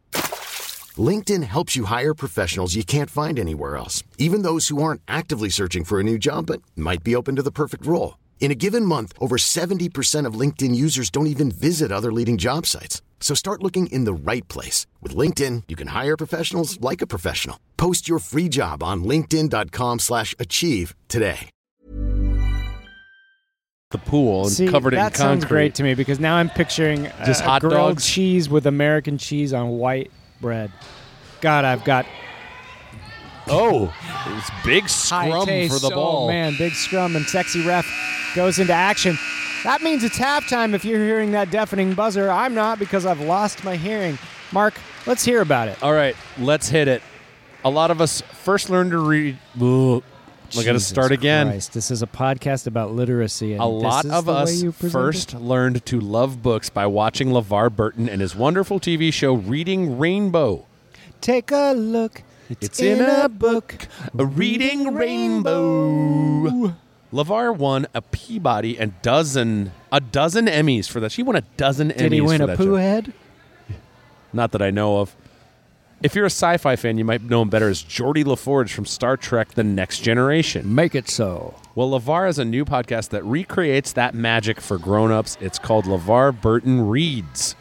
S4: LinkedIn helps you hire professionals you can't find anywhere else, even those who aren't actively searching for a new job but might be open to the perfect role. In a given month, over 70% of LinkedIn users don't even visit other leading job sites. So start looking in the right place. With LinkedIn, you can hire professionals like a professional. Post your free job on linkedin.com/achieve slash achieve today.
S2: the pool and
S1: See,
S2: covered it in
S1: that sounds great
S2: concrete.
S1: to me because now I'm picturing a-
S2: Just
S1: a
S2: hot
S1: grilled
S2: dogs?
S1: cheese with American cheese on white bread. God, I've got
S2: Oh, it's big
S1: high
S2: scrum
S1: taste.
S2: for the
S1: Oh,
S2: ball.
S1: man, big scrum and sexy ref goes into action. That means it's halftime. If you're hearing that deafening buzzer, I'm not because I've lost my hearing. Mark, let's hear about it.
S2: All right, let's hit it. A lot of us first learned to read. Ugh. I got to
S1: Jesus
S2: start again.
S1: Christ, this is a podcast about literacy. And
S2: A
S1: this
S2: lot
S1: is
S2: of
S1: the way
S2: us
S1: you present
S2: first
S1: it?
S2: learned to love books by watching LeVar Burton and his wonderful TV show Reading Rainbow.
S1: Take a look. It's, in, a book.
S2: A Reading Rainbow. LeVar won a Peabody and dozen a dozen Emmys for that. She won a dozen Emmys.
S1: Did he win
S2: for
S1: a
S2: that
S1: poo
S2: show.
S1: head?
S2: Not that I know of. If you're a sci-fi fan, you might know him better as Geordie LaForge from Star Trek: The Next Generation.
S1: Make it so.
S2: Well, LeVar is a new podcast that recreates that magic for grown-ups. It's called LeVar Burton Reads.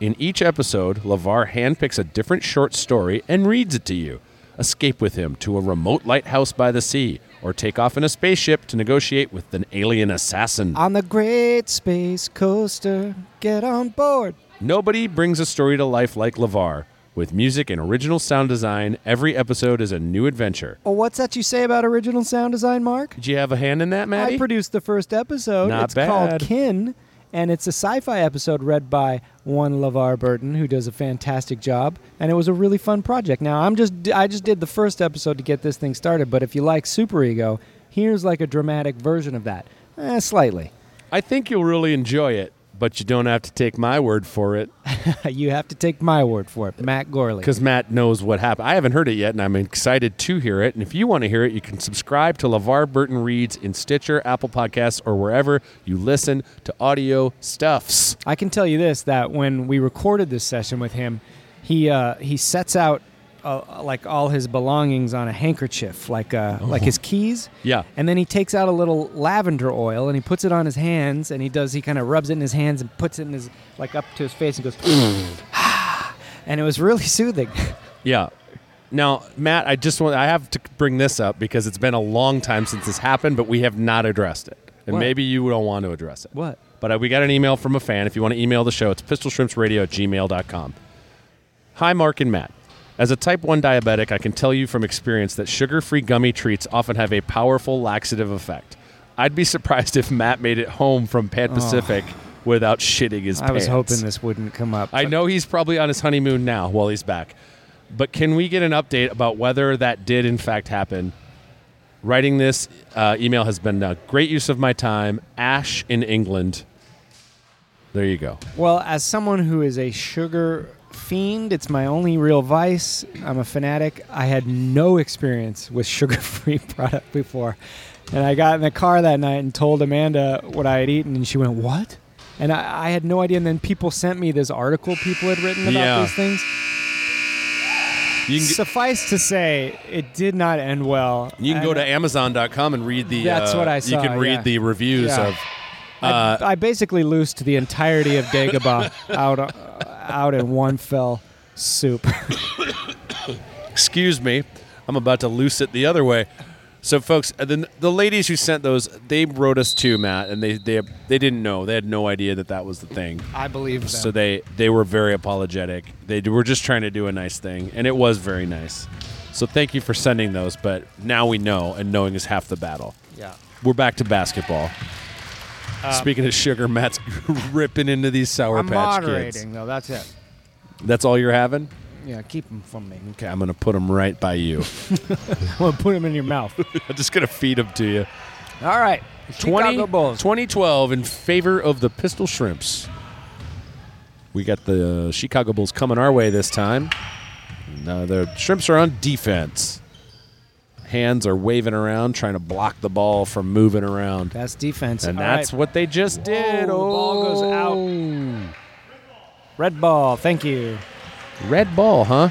S2: In each episode, LeVar handpicks a different short story and reads it to you. Escape with him to a remote lighthouse by the sea, or take off in a spaceship to negotiate with an alien assassin.
S1: On the great space coaster, get on board.
S2: Nobody brings a story to life like LeVar. With music and original sound design, every episode is a new adventure.
S1: Oh, what's that you say about original sound design, Mark?
S2: Did you have a hand in that, Maddie?
S1: I produced the first episode.
S2: Not
S1: it's called
S2: bad.
S1: Kin, and it's a sci-fi episode read by one LeVar Burton, who does a fantastic job, and it was a really fun project. Now I'm just I just did the first episode to get this thing started, but if you like Super Ego, here's like a dramatic version of that, eh, slightly.
S2: I think you'll really enjoy it, but you don't have to take my word for it.
S1: you have to take my word for it, Matt Gorley.
S2: because Matt knows what happened. I haven't heard it yet, and I'm excited to hear it. And if you want to hear it, you can subscribe to LeVar Burton Reads in Stitcher, Apple Podcasts, or wherever you listen to audio stuffs.
S1: I can tell you this: that when we recorded this session with him, he uh, he sets out uh, like all his belongings on a handkerchief, like uh, like his keys.
S2: Oh. Yeah.
S1: And then he takes out a little lavender oil and he puts it on his hands, and he does he kind of rubs it in his hands and puts it in his like up to his face and goes, and it was really soothing.
S2: Yeah. Now, Matt, I just want I have to bring this up because it's been a long time since this happened, but we have not addressed it. And
S1: What?
S2: maybe you don't want to address it.
S1: What?
S2: But uh, we got an email from a fan. If you want to email the show, it's pistolshrimpsradio at gmail.com. Hi, Mark and Matt. As a type 1 diabetic, I can tell you from experience that sugar free gummy treats often have a powerful laxative effect. I'd be surprised if Matt made it home from Pan Pacific without shitting his
S1: Oh. I was
S2: pants.
S1: hoping this wouldn't come up.
S2: I know he's probably on his honeymoon now while he's back. But can we get an update about whether that did in fact happen? Writing this uh, email has been a great use of my time. Ash in England. There you go.
S1: Well, as someone who is a sugar fiend, it's my only real vice. I'm a fanatic. I had no experience with sugar-free product before. And I got in the car that night and told Amanda what I had eaten, and she went, "What?" And I, I had no idea. And then people sent me this article people had written about
S2: Yeah.
S1: these things.
S2: You can,
S1: Suffice to say, it did not end well.
S2: you can go
S1: And uh,
S2: to Amazon.com and read the.
S1: That's
S2: uh,
S1: what I
S2: You
S1: saw,
S2: can read
S1: yeah.
S2: the reviews
S1: Yeah.
S2: of. uh,
S1: I, I basically loosed the entirety of Dagobah out uh, out in one fell soup.
S2: excuse me i'm about to loose it the other way so folks the, the ladies who sent those they wrote us too matt and they, they they didn't know they had no idea that that was the thing
S1: I believe them.
S2: so they they were very apologetic they d- were just trying to do a nice thing and it was very nice so thank you for sending those but now we know and knowing is half the battle
S1: Yeah. Um,
S2: we're back to basketball Speaking of sugar, Matt's ripping into these Sour
S1: I'm
S2: Patch
S1: moderating
S2: Kids.
S1: though. That's it.
S2: That's all you're having?
S1: Yeah, keep them from me.
S2: Okay, I'm going to put them right by you.
S1: I'm gonna put them in your mouth.
S2: I'm just going to feed them to you.
S1: All right,
S2: 20,
S1: Chicago Bulls.
S2: 2012 in favor of the Pistol Shrimps. We got the uh, Chicago Bulls coming our way this time. Now the Shrimps are on defense. Hands are waving around, trying to block the ball from moving around.
S1: That's defense,
S2: and
S1: All
S2: that's
S1: right. Oh,
S2: what they just did. Oh.
S1: the ball goes out. red ball. Thank you.
S2: out. Red ball, huh?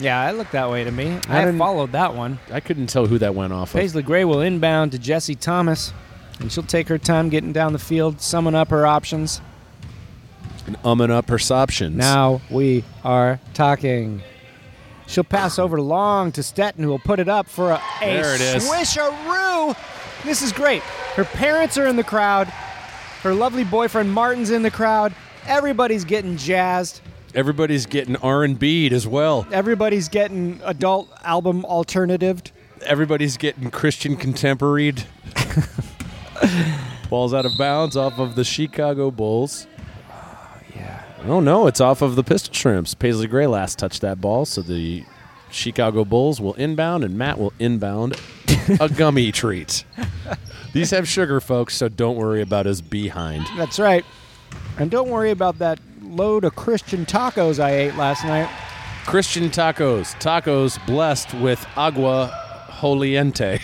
S1: Yeah, it looked that way to me.
S2: I
S1: I,
S2: didn't-
S1: followed that one.
S2: I couldn't tell who that went off of.
S1: Paisley Gray will inbound to Jesse Thomas, and she'll take her time getting down the field, summing up her options.
S2: And umming up her options.
S1: Now we are talking. She'll pass over long to Stetton, who will put it up for a, a
S2: There it is.
S1: swisharoo. This is great. Her parents are in the crowd. Her lovely boyfriend Martin's in the crowd. Everybody's getting jazzed.
S2: everybody's getting R and B'd as well.
S1: Everybody's getting adult album alternatived.
S2: Everybody's getting Christian contemporary. Ball's out of bounds off of the Chicago Bulls. yeah. Oh no, it's off of the Pistol Shrimps. Paisley Gray last touched that ball, so the Chicago Bulls will inbound and Matt will inbound a gummy treat. These have sugar, folks, so don't worry about us behind.
S1: That's right. And don't worry about that load of Christian tacos I ate last night.
S2: Christian tacos, tacos blessed with agua holiente.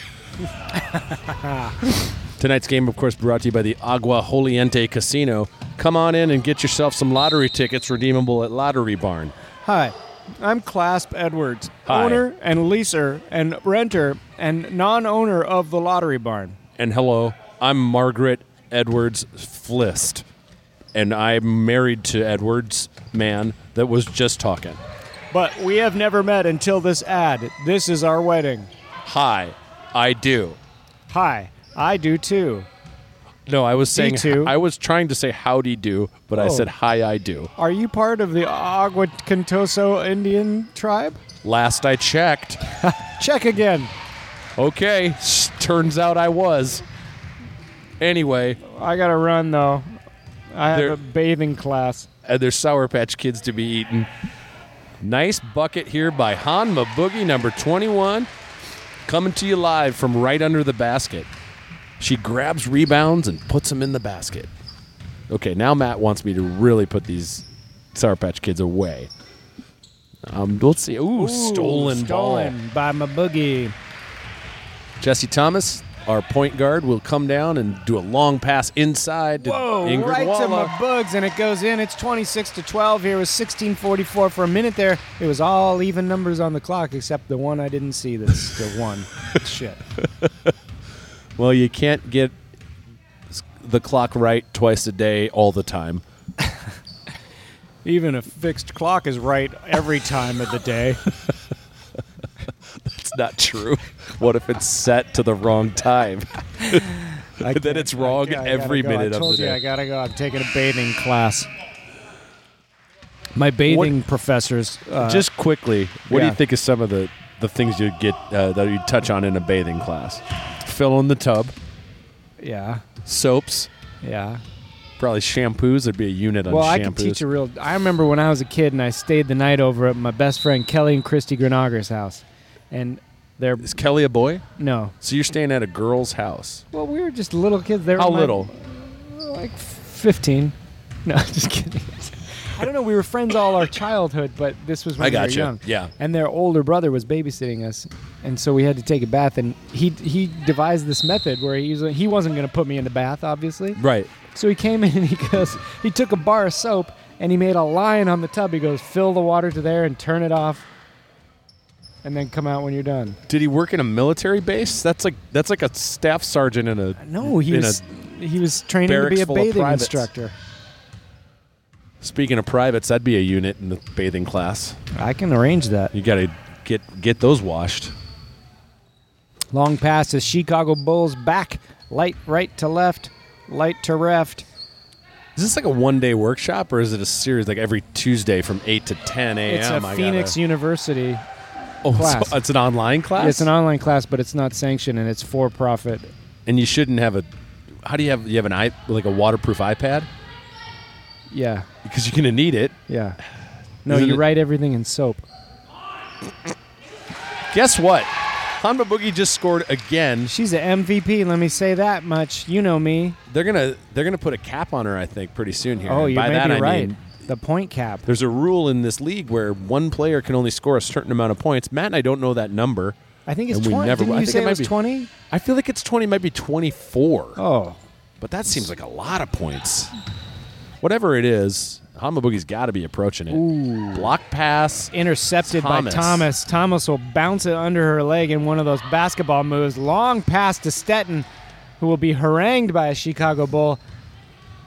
S2: Tonight's game, of course, brought to you by the Agua Holiente Casino. Come on in and get yourself some lottery tickets redeemable at Lottery Barn.
S1: Hi, I'm Clasp Edwards,
S2: Hi.
S1: owner and leaser and renter and non owner of the Lottery Barn.
S2: And hello, I'm Margaret Edwards Flist, and I'm married to Edwards, man, that was just talking.
S1: But we have never met until this ad. This is our wedding.
S2: Hi, I do.
S1: Hi, I do too.
S2: No, I was saying
S1: too.
S2: I was trying to say howdy do, but I
S1: Oh.
S2: said hi I do.
S1: Are you part of the Agua Contoso Indian tribe?
S2: Last I checked.
S1: Check again.
S2: Okay, s- turns out I was. Anyway,
S1: I gotta run though. I have
S2: There-
S1: a bathing class.
S2: and uh, there's Sour Patch Kids to be eaten. Nice bucket here by Hanma Boogie, number 21, coming to you live from right under the basket. She grabs rebounds and puts them in the basket. Okay, now Matt wants me to really put these Sour Patch Kids away. Um, let's see. Ooh, stolen, ball.
S1: Stolen by my boogie.
S2: Jesse Thomas, our point guard, will come down and do a long pass inside to
S1: Whoa,
S2: Ingrid
S1: Oh, right to
S2: Walla.
S1: my bugs, and it goes in. It's 26 to 12 here with 1644 for a minute there. It was all even numbers on the clock except the one I didn't see that's the one. Shit.
S2: Well, you can't get s- the clock right twice a day all the time.
S1: Even a fixed clock is right every time of the day.
S2: It's not true. what if it's set to the wrong time?
S1: I
S2: Then
S1: can't-
S2: it's wrong
S1: I- I gotta
S2: every
S1: go.
S2: minute
S1: I
S2: of
S1: told
S2: the
S1: you
S2: day.
S1: I gotta go. I'm taking a bathing class. My bathing professors. Uh,
S2: Just quickly, what do
S1: yeah.
S2: you think of some of the the things you'd get uh, that you'd touch on in a bathing class? Fill in the tub,
S1: yeah,
S2: soaps,
S1: yeah.
S2: probably shampoos. There'd be a unit on
S1: Well,
S2: shampoos.
S1: I could teach a real. I remember when I was a kid and I stayed the night over at my best friend Kelly and Christy Granager's house, and they're
S2: Is Kelly a boy?
S1: no.
S2: So you're staying at a girl's house.
S1: Well, we were just little kids. They were
S2: How
S1: my-
S2: little?
S1: Like fifteen. No, just kidding. I don't know. We were friends all our childhood, but this was when
S2: I
S1: we were
S2: gotcha.
S1: young.
S2: Yeah.
S1: And their older brother was babysitting us, and so we had to take a bath. And he he devised this method where he usually he wasn't going to put me in the bath, obviously.
S2: Right.
S1: So he came in and he goes, he took a bar of soap and he made a line on the tub. He goes, fill the water to there and turn it off, and then come out when you're done.
S2: Did he work in a military base? That's like that's like a staff sergeant in a
S1: No, he
S2: in
S1: was
S2: a-
S1: he was training to be
S2: barracks
S1: a
S2: full of
S1: bathing
S2: privates.
S1: instructor.
S2: speaking of privates, that'd be a unit in the bathing class.
S1: I can arrange that.
S2: You got to get get those washed.
S1: Long pass to Chicago Bulls back, light right to left, light to left.
S2: Is this like a one day workshop or is it a series like every Tuesday from eight to ten a.m.?
S1: It's a
S2: I
S1: Phoenix
S2: gotta-
S1: University.
S2: oh, so
S1: class.
S2: it's an online class.
S1: It's an online class, but it's not sanctioned and it's for profit.
S2: and you shouldn't have a. How do you have you have an i like a waterproof iPad
S1: Yeah,
S2: because you're gonna need it.
S1: yeah. No,
S2: Isn't
S1: you
S2: it-
S1: write everything in soap.
S2: Guess what? Hanba Boogie just scored again.
S1: She's an MVP. Let me say that much. You know me.
S2: They're gonna they're gonna put a cap on her, I think, pretty soon here.
S1: Oh,
S2: And
S1: you
S2: by
S1: may
S2: that
S1: be
S2: I
S1: right.
S2: mean
S1: the point cap.
S2: there's a rule in this league where one player can only score a certain amount of points. Matt and I don't know that number.
S1: I think it's
S2: and we
S1: twenty.
S2: never-
S1: Didn't
S2: I
S1: you
S2: think
S1: say
S2: it
S1: it
S2: might
S1: was
S2: be-
S1: twenty?
S2: I feel like it's 20, might be 24.
S1: Oh,
S2: But that seems like a lot of points. Whatever it is, Hama Boogie's got to be approaching it. Block pass.
S1: intercepted
S2: Thomas.
S1: by Thomas. Thomas will bounce it under her leg in one of those basketball moves. Long pass to Stetton, who will be harangued by a Chicago Bull.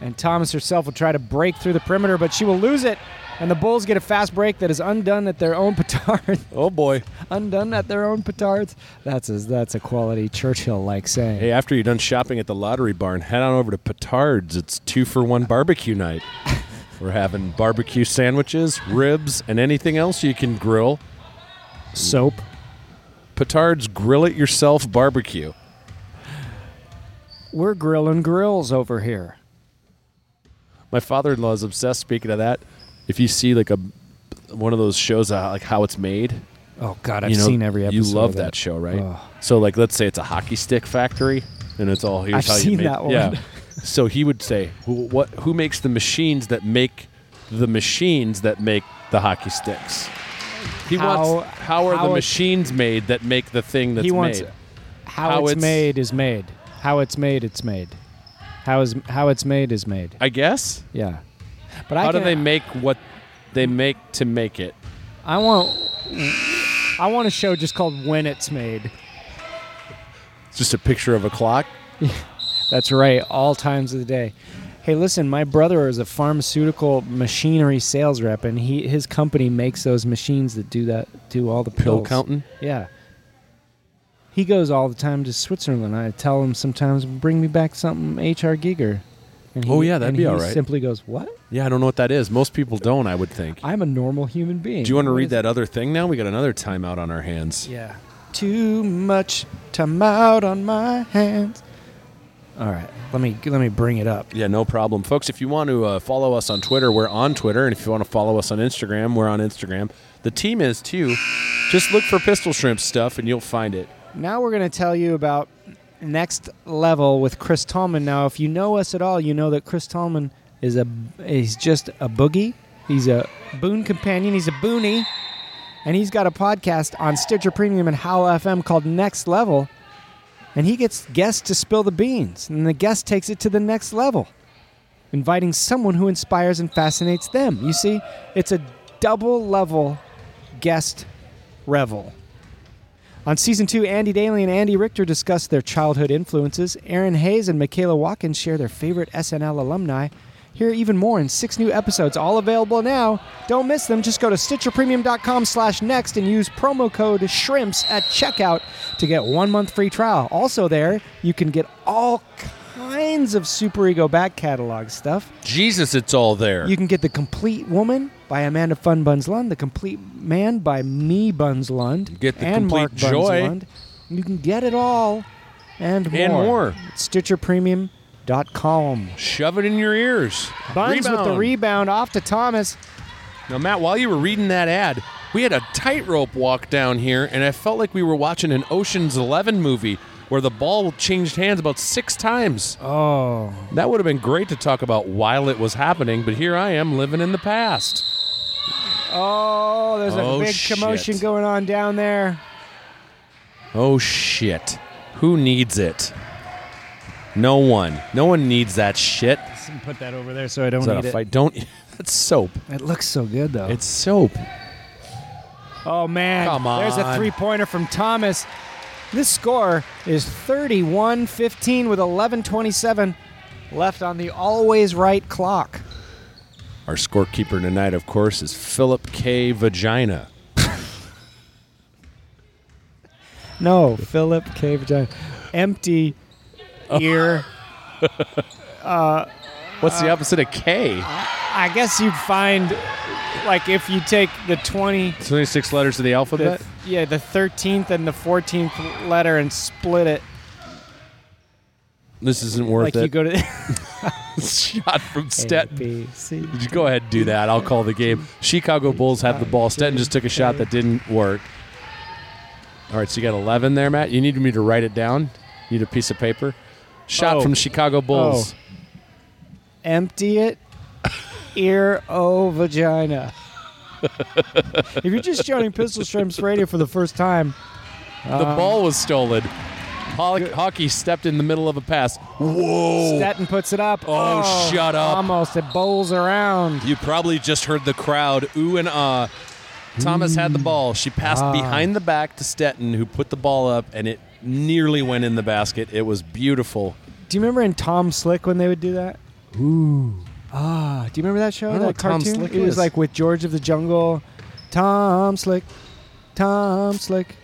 S1: And Thomas herself will try to break through the perimeter, but she will lose it. And the Bulls get a fast break that is undone at their own petard.
S2: Oh boy!
S1: undone at their own petards. That's a, that's a quality Churchill-like saying.
S2: Hey, after you're done shopping at the lottery barn, head on over to Petard's. It's two for one barbecue night. We're having barbecue sandwiches, ribs, and anything else you can grill.
S1: Soap.
S2: Petard's Grill It Yourself Barbecue.
S1: We're grilling grills over here.
S2: My father-in-law is obsessed. Speaking of that, if you see like a one of those shows, uh, like how it's made,
S1: Oh God, I've
S2: you know,
S1: seen every episode.
S2: You love
S1: of
S2: that
S1: it.
S2: show, right?
S1: Ugh.
S2: So, like, let's say it's a hockey stick factory, and it's all here's
S1: I've
S2: how you
S1: seen
S2: make.
S1: that one.
S2: Yeah. so he would say, who, "What? Who makes the machines that make the machines that make the hockey sticks?" He
S1: How-
S2: wants how are
S1: how
S2: the
S1: it-
S2: machines made that make the thing that's
S1: He wants
S2: made?
S1: how,
S2: How
S1: it's,
S2: it's-
S1: made is made. How it's made, it's made. How is how it's made is made.
S2: I guess.
S1: Yeah, but I
S2: How do
S1: can,
S2: they make what they make to make it?
S1: I want I want a show just called When It's Made.
S2: It's just a picture of a clock.
S1: That's right, all times of the day. Hey, listen, my brother is a pharmaceutical machinery sales rep, and he his company makes those machines that do that do all the
S2: Pill
S1: pills.
S2: counting?
S1: Yeah. He goes all the time to Switzerland. I tell him sometimes, bring me back something H.R. Giger. And he,
S2: Oh, yeah, that'd
S1: and
S2: be
S1: he
S2: all right.
S1: simply goes, what?
S2: Yeah, I don't know what that is. Most people don't. I would think.
S1: I'm a normal human being.
S2: Do you want to
S1: What
S2: read
S1: is it?"
S2: that other thing now? We got another timeout on our hands.
S1: Yeah. Too much time out on my hands. All right, let me let me bring it up.
S2: Yeah, no problem. Folks, if you want to uh, follow us on Twitter, we're on Twitter. And if you want to follow us on Instagram, we're on Instagram. The team is too. Just look for Pistol Shrimp stuff and you'll find it.
S1: Now we're going to tell you about Next Level with Chris Tallman. Now, if you know us at all, you know that Chris Tallman is a he's just a boogie. He's a boon companion. He's a boonie, and he's got a podcast on Stitcher Premium and Howl FM called Next Level. And he gets guests to spill the beans, and the guest takes it to the next level, inviting someone who inspires and fascinates them. You see, it's a double level guest revel. On season two, Andy Daly and Andy Richter discuss their childhood influences. Aaron Hayes and Michaela Watkins share their favorite SNL alumni. Hear even more in six new episodes, all available now. Don't miss them. Just go to stitcherpremium.com slash next and use promo code SHRIMPS at checkout to get one month free trial. Also there, you can get all kinds tons of Superego back catalog stuff.
S2: Jesus, it's all there.
S1: You can get The Complete Woman by Amanda Fun Buns Lund, The Complete Man by Me Buns Lund,
S2: Get The
S1: and Mark Buns
S2: Complete Joy.
S1: Lund. You can get it all and more.
S2: And more.
S1: At StitcherPremium.com.
S2: Shove it in your ears.
S1: Buns with the
S2: Rebound.
S1: rebound off to Thomas.
S2: Now, Matt, while you were reading that ad, we had a tightrope walk down here, and I felt like we were watching an Ocean's Eleven movie where the ball changed hands about six times.
S1: Oh.
S2: That would have been great to talk about while it was happening, but here I am living in the past.
S1: Oh, there's
S2: Oh,
S1: a big
S2: shit.
S1: commotion going on down there.
S2: Oh, shit. Who needs it? No one. No one needs that shit.
S1: Put that over there so I don't
S2: Is that
S1: need
S2: a
S1: it.
S2: fight? Don't. That's soap.
S1: It looks so good though.
S2: It's soap.
S1: oh man,
S2: Come
S1: there's a
S2: on.
S1: three-pointer from Thomas. This score is 31-15 with 11:27 left on the always right clock.
S2: Our scorekeeper tonight, of course, is Philip K. Vagina.
S1: No, Philip K. Vagina. empty ear.
S2: What's the opposite of K?
S1: I guess you'd find like if you take the 20
S2: 26 letters of the
S1: the,
S2: alphabet?
S1: yeah, the 13th and the 14th letter and split it
S2: This isn't
S1: like
S2: worth it.
S1: you go to
S2: Shot from
S1: A,
S2: Stetton.
S1: B, C.
S2: Just Go ahead and do that. I'll call the game. Chicago Bulls have the ball. Stetton just took a shot that didn't work. All right, so you got 11 there, Matt. You need me to write it down? You need a piece of paper? Shot
S1: Oh.
S2: from Chicago Bulls.
S1: empty it ear o vagina if you're just joining pistol shrimps radio for the first time
S2: The ball was stolen. Ho- hockey stepped in the middle of a pass. Whoa.
S1: Staten puts it up
S2: Oh, shut up.
S1: almost it bowls around
S2: You probably just heard the crowd ooh and ah. Thomas had the ball. She passed behind the back to Stetton, who put the ball up, and it nearly went in the basket. It was beautiful.
S1: do you remember in tom slick when they would do that ooh ah do you remember that show
S2: I don't know
S1: that
S2: what Tom
S1: cartoon
S2: Slick
S1: it was
S2: is.
S1: like with george of the jungle tom slick tom slick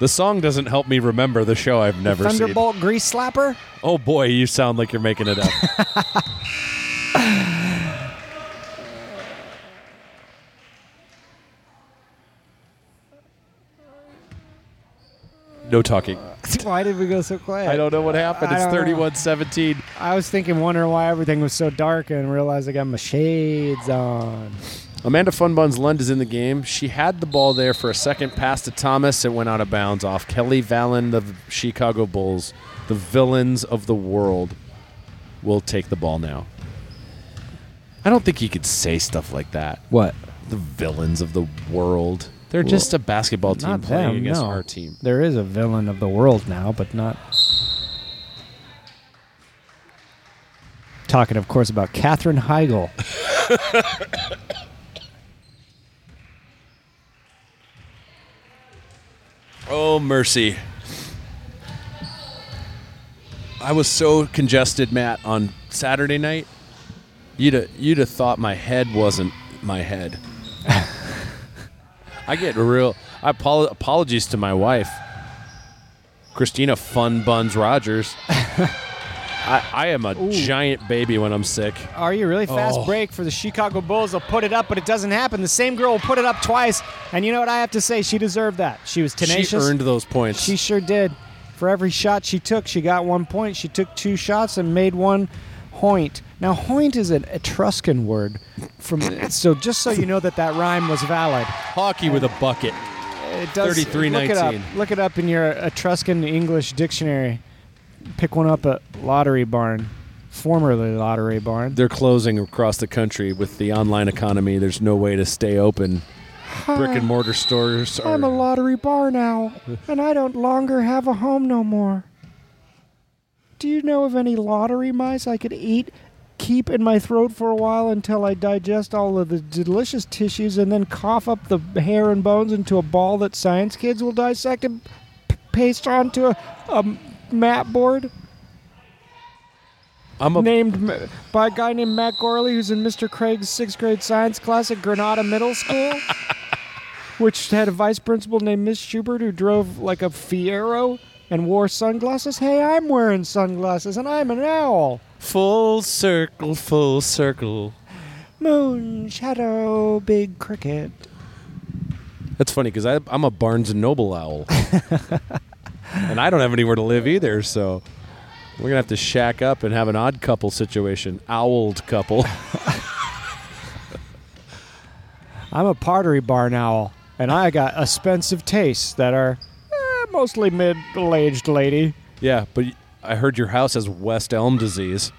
S2: The song doesn't help me remember the show I've never seen.
S1: thunderbolt grease slapper
S2: Oh boy, you sound like you're making it up. no talking.
S1: why did we go so quiet
S2: I don't know what happened.
S1: I
S2: It's
S1: don't know.
S2: 31 17.
S1: I was thinking, wondering why everything was so dark, and realized I got my shades on.
S2: Amanda Funbuns Lund is in the game. She had the ball there for a second pass to Thomas. It went out of bounds off Kelly Vallon of Chicago Bulls. The villains of the world will take the ball now. I don't think you could say stuff like that.
S1: What?
S2: The villains of the world. They're just a basketball team
S1: Not
S2: playing
S1: them,
S2: against
S1: no.
S2: our team.
S1: There is a villain of the world now, but not. Talking, of course, about Katherine Heigl.
S2: Oh, mercy. I was so congested, Matt, on Saturday night. You'd have, you'd have thought my head wasn't my head. I get real. I apol- apologies to my wife, Christina Fun Buns Rogers. I, I am a giant baby when I'm sick.
S1: Are you really fast
S2: Oh.
S1: break for the Chicago Bulls? They'll put it up, but it doesn't happen. The same girl will put it up twice, and you know what I have to say? She deserved that. She was tenacious.
S2: She earned those points.
S1: She sure did. For every shot she took, she got one point. She took two shots and made one point. Now, hoint is an Etruscan word, from so just so you know that that rhyme was valid.
S2: Hockey with a bucket.
S1: It does.
S2: 33.19.
S1: Look it up. Look it up in your Etruscan English dictionary. Pick one up at Lottery Barn, formerly Lottery Barn.
S2: they're closing across the country with the online economy. There's no way to stay open. Brick and mortar stores are.
S1: I'm a lottery bar now, and I don't longer have a home no more. Do you know of any lottery mice I could eat, keep in my throat for a while until I digest all of the delicious tissues, and then cough up the hair and bones into a ball that science kids will dissect and p- paste onto a, a map board?
S2: I'm a-
S1: named M- by a guy named Matt Gorley, who's in Mr. Craig's sixth grade science class at Granada Middle School, which had a vice principal named Miss Schubert who drove like a Fiero and wore sunglasses. Hey, I'm wearing sunglasses and I'm an owl.
S2: Full circle, full circle.
S1: Moon, shadow, big cricket.
S2: That's funny because I'm a Barnes and Noble owl, and I don't have anywhere to live either. So we're gonna have to shack up and have an odd couple situation, owled couple.
S1: I'm a pottery barn owl, and I got expensive tastes that are eh, mostly middle-aged lady.
S2: yeah, but y- I heard your house has West Elm disease.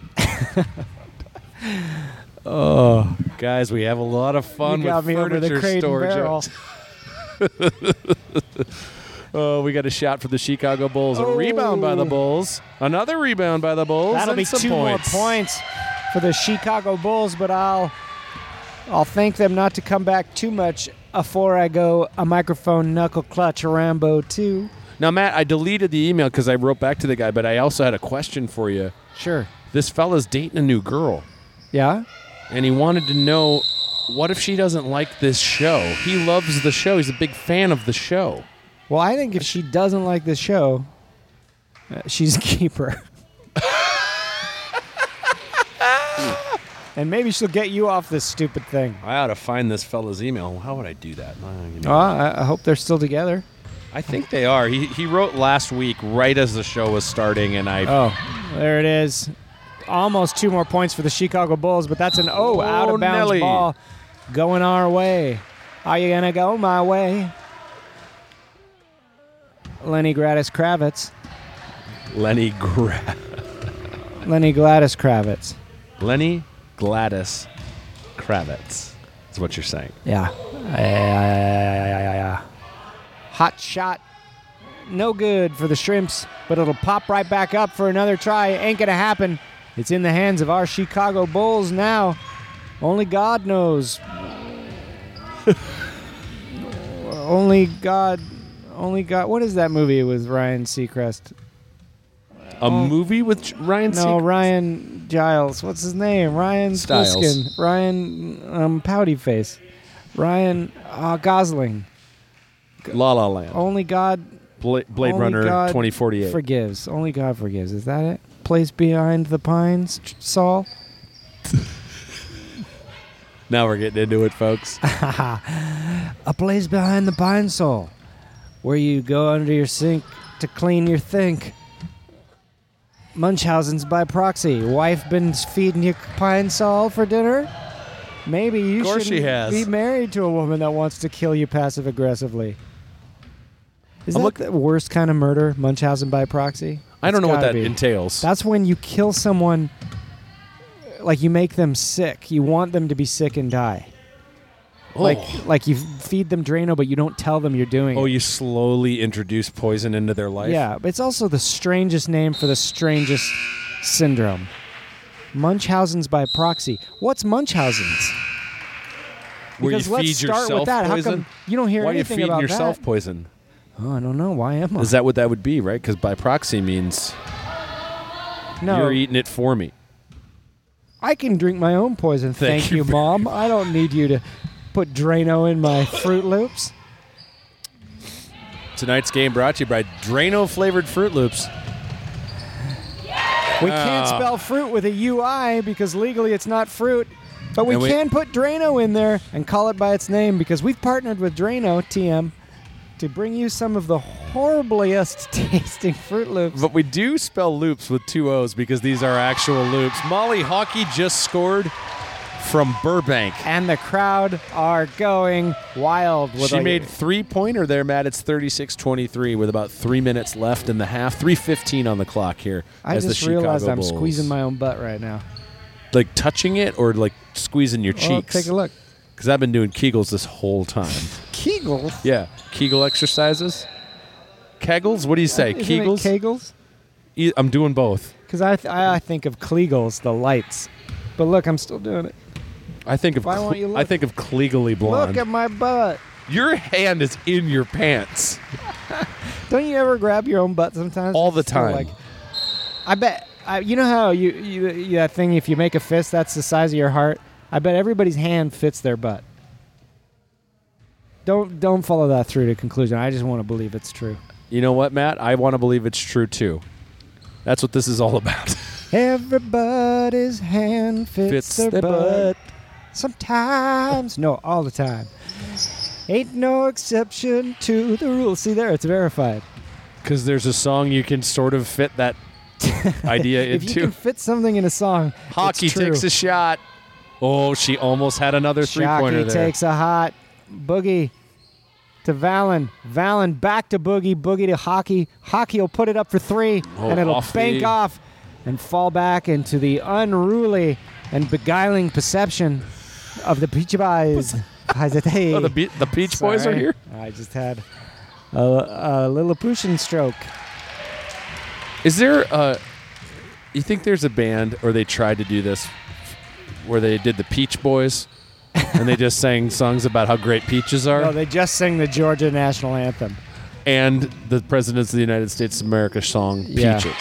S2: oh, guys, we have a lot of fun
S1: you got
S2: with
S1: me
S2: furniture
S1: over the crate and
S2: storage.
S1: barrel.
S2: Oh, we got a shot for the Chicago Bulls. A
S1: Oh.
S2: rebound by the Bulls. Another rebound by the Bulls.
S1: That'll
S2: and
S1: be
S2: some
S1: two
S2: points.
S1: more points for the Chicago Bulls, but I'll I'll thank them not to come back too much afore I go a microphone knuckle clutch Rambo too.
S2: Now, Matt, I deleted the email because I wrote back to the guy, but I also had a question for you.
S1: Sure.
S2: This fella's dating a new girl,
S1: Yeah.
S2: and he wanted to know what if she doesn't like this show? He loves the show. He's a big fan of the show.
S1: Well, I think if she doesn't like the show, uh, she's a keeper. and maybe she'll get you off this stupid thing.
S2: I ought to find this fella's email. How would I do that? Uh, you know.
S1: Oh, I, I hope they're still together.
S2: I think they are. He, he wrote last week, right as the show was starting, and I.
S1: Oh, there it is. Almost two more points for the Chicago Bulls, but that's an oh,
S2: Oh,
S1: out of bounds
S2: Nelly.
S1: ball going our way. Are you going to go my way? Lenny Gladys Kravitz.
S2: Lenny Gra-
S1: Lenny Gladys Kravitz.
S2: Lenny Gladys Kravitz. Is what you're saying.
S1: Yeah. Yeah, yeah, yeah, yeah, yeah, yeah. Hot shot. No good for the shrimps, but it'll pop right back up for another try. Ain't going to happen. It's in the hands of our Chicago Bulls now. Only God knows. only God. Only God. What is that movie with Ryan Seacrest?
S2: A movie with Ryan
S1: Oh. No, Ryan Giles. What's his name? Ryan
S2: Stiles.
S1: Sliskin. Ryan um, Pouty Face. Ryan uh, Gosling.
S2: La La Land.
S1: Only God
S2: Bla- Blade
S1: Only
S2: Runner
S1: Oh. God
S2: 2048.
S1: forgives. Only God forgives. Is that it? Place behind the pines, Ch- Saul.
S2: now we're getting into it, folks.
S1: A place behind the pine, Saul, where you go under your sink to clean your think. Munchausen's by proxy. Wife been feeding you pine, Saul, for dinner. Maybe you
S2: Of course
S1: should
S2: she has.
S1: be married to a woman that wants to kill you passive aggressively. Is
S2: I'm
S1: that
S2: look-
S1: the worst kind of murder? Munchausen by proxy.
S2: I don't
S1: It's
S2: know what
S1: gotta
S2: that
S1: be.
S2: entails.
S1: That's when you kill someone, like you make them sick. You want them to be sick and die.
S2: oh.
S1: Like like you feed them Drano, but you don't tell them you're doing.
S2: oh,
S1: it.
S2: you slowly introduce poison into their life.
S1: yeah. But it's also the strangest name for the strangest syndrome. Munchausen's by proxy. What's Munchausen's?
S2: Where
S1: because
S2: you
S1: let's
S2: feed
S1: start
S2: yourself
S1: with that.
S2: poison.
S1: How come you don't hear
S2: Why are you
S1: anything
S2: feeding
S1: about
S2: yourself
S1: that?
S2: poison?
S1: Oh, I don't know. Why am I?
S2: Is that what that would be, right? Because by proxy means
S1: no,
S2: you're eating it for me.
S1: I can drink my own poison.
S2: Thank
S1: Thank,
S2: you
S1: you,
S2: very
S1: Mom. I don't need you to put Drano in my Fruit Loops.
S2: Tonight's game brought to you by Drano flavored Fruit Loops.
S1: We can't
S2: Ah.
S1: spell fruit with a UI because legally it's not fruit. But we,
S2: And we-
S1: can put Drano in there and call it by its name because we've partnered with Drano TM to bring you some of the horribliest tasting Fruit Loops.
S2: But we do spell loops with two O's because these are actual loops. Molly Hockey just scored from Burbank.
S1: And the crowd are going wild. With
S2: She
S1: a-
S2: made three pointer there, Matt. It's 36 23 with about three minutes left in the half. 315 on the clock here.
S1: I
S2: as the
S1: just realized
S2: Chicago
S1: I'm
S2: Bulls.
S1: squeezing my own butt right now.
S2: Like touching it or like squeezing your
S1: Well,
S2: cheeks?
S1: Oh, take a look.
S2: Because I've been doing Kegels this whole time.
S1: Kegels.
S2: yeah. Kegel exercises? Kegels? What do you say?
S1: Isn't it
S2: Kegels?
S1: Kegels?
S2: E- I'm doing both.
S1: Because I, th- I I think of Kegels, the lights. But look, I'm still doing it.
S2: I think of
S1: Why
S2: Cle-
S1: won't you
S2: I
S1: look?
S2: think of Clegally Blonde.
S1: Look at my butt.
S2: your hand is in your pants.
S1: Don't you ever grab your own butt sometimes?
S2: All the
S1: It's kinda
S2: time.
S1: I bet. I, you know how you, you, you that thing? If you make a fist, that's the size of your heart. I bet everybody's hand fits their butt. Don't don't follow that through to conclusion. I just want to believe it's true.
S2: You know what, Matt? I want to believe it's true too. That's what this is all about.
S1: Everybody's hand fits,
S2: Fits
S1: their,
S2: their
S1: butt.
S2: butt.
S1: Sometimes. no, all the time. Ain't no exception to the rule. See there, it's verified.
S2: Because there's a song you can sort of fit that idea
S1: If you
S2: into.
S1: can fit something in a song,
S2: Hockey
S1: it's true.
S2: takes a shot. Oh, she almost had another three pointer
S1: Shockey
S2: there.
S1: takes a hot boogie to Valen. Valen back to boogie. Boogie to hockey. Hockey will put it up for three,
S2: Oh,
S1: and it'll
S2: off
S1: bank
S2: the-
S1: off and fall back into the unruly and beguiling perception of the Peach Boys.
S2: oh, the, be- the Peach Boys are here.
S1: I just had a, a Lilliputian stroke.
S2: Is there a? You think there's a band, or they tried to do this, where they did the Peach Boys, and they just sang songs about how great peaches are,
S1: No, Oh, they just sing the Georgia national anthem
S2: and the presidents of the United States of America song
S1: Yeah.
S2: "Peaches,"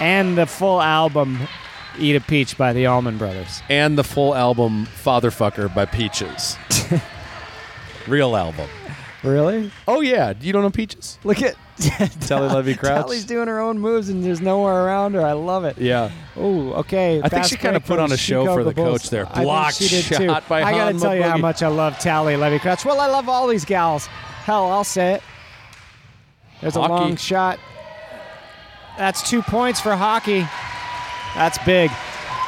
S1: and the full album "Eat a Peach" by the Allman Brothers.
S2: and the full album "Fatherfucker" by Peaches, real album.
S1: Really?
S2: Oh yeah, you don't know Peaches?
S1: Look at
S2: Sally Levy Crouch.
S1: Sally's doing her own moves and there's nowhere around her. I love it.
S2: Yeah.
S1: Oh, okay.
S2: I think she
S1: Fast
S2: kinda
S1: break
S2: put
S1: from
S2: on a show
S1: Chicago
S2: for the
S1: Bulls.
S2: coach there.
S1: I think
S2: Block
S1: she did too.
S2: shot by
S1: I gotta
S2: Han
S1: tell you how
S2: Mabugi.
S1: much I love Tally Levy Crouch. Well, I love all these gals. Hell, I'll say it. There's
S2: Hockey.
S1: a long shot. That's two points for hockey. That's big.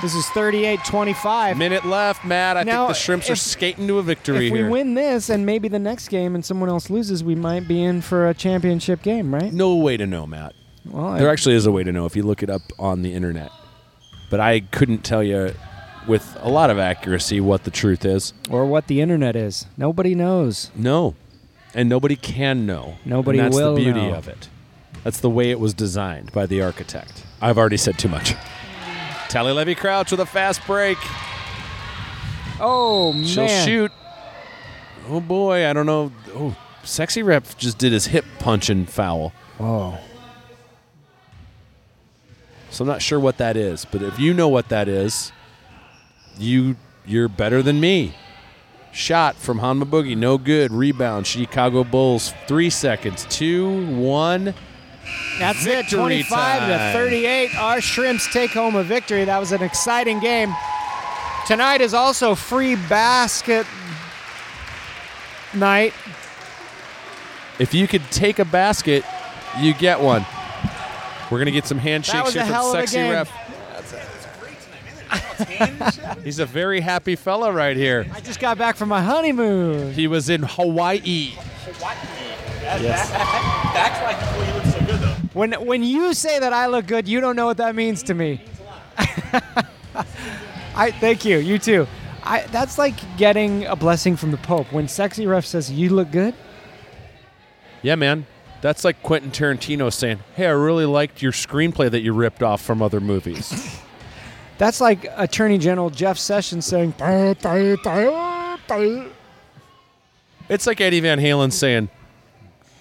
S1: This is 38-25.
S2: Minute left, Matt. I
S1: Now,
S2: think the shrimps are
S1: if-
S2: skating to a victory
S1: if we
S2: here.
S1: win this and maybe the next game and someone else loses, we might be in for a championship game, right?
S2: no way to know, Matt.
S1: Well, I-
S2: There actually is a way to know if you look it up on the internet. But I couldn't tell you with a lot of accuracy what the truth is.
S1: or what the internet is. Nobody knows.
S2: No. And nobody can know.
S1: Nobody
S2: and that's
S1: will
S2: the beauty
S1: know.
S2: of it. That's the way it was designed by the architect. I've already said too much. Tally Levy Crouch with a fast break.
S1: Oh man!
S2: She'll shoot. Oh boy, I don't know. Oh, sexy rep just did his hip punching foul.
S1: Oh,
S2: So I'm not sure what that is, but if you know what that is, you you're better than me. Shot from Hanma Boogie, no good. Rebound, Chicago Bulls. Three seconds, two, one.
S1: that's it.
S2: Victory
S1: Twenty-five
S2: time.
S1: to thirty-eight. Our shrimps take home a victory. That was an exciting game. Tonight is also free basket night.
S2: If you could take a basket, you get one. We're gonna get some
S1: That
S2: handshakes
S1: was
S2: here
S1: a hell
S2: from
S1: of a
S2: sexy
S1: game.
S2: rep. He's a very happy fella right here.
S1: I just got back from my honeymoon.
S2: He was in Hawaii.
S1: When when you say that I look good, you don't know what that means to me. I thank you. You too. I, that's like getting a blessing from the Pope. When sexy ref says you look good,
S2: Yeah, man. That's like Quentin Tarantino saying, "Hey, I really liked your screenplay that you ripped off from other movies."
S1: That's like Attorney General Jeff Sessions saying, "Bah, bah, bah, bah."
S2: it's like Eddie Van Halen saying,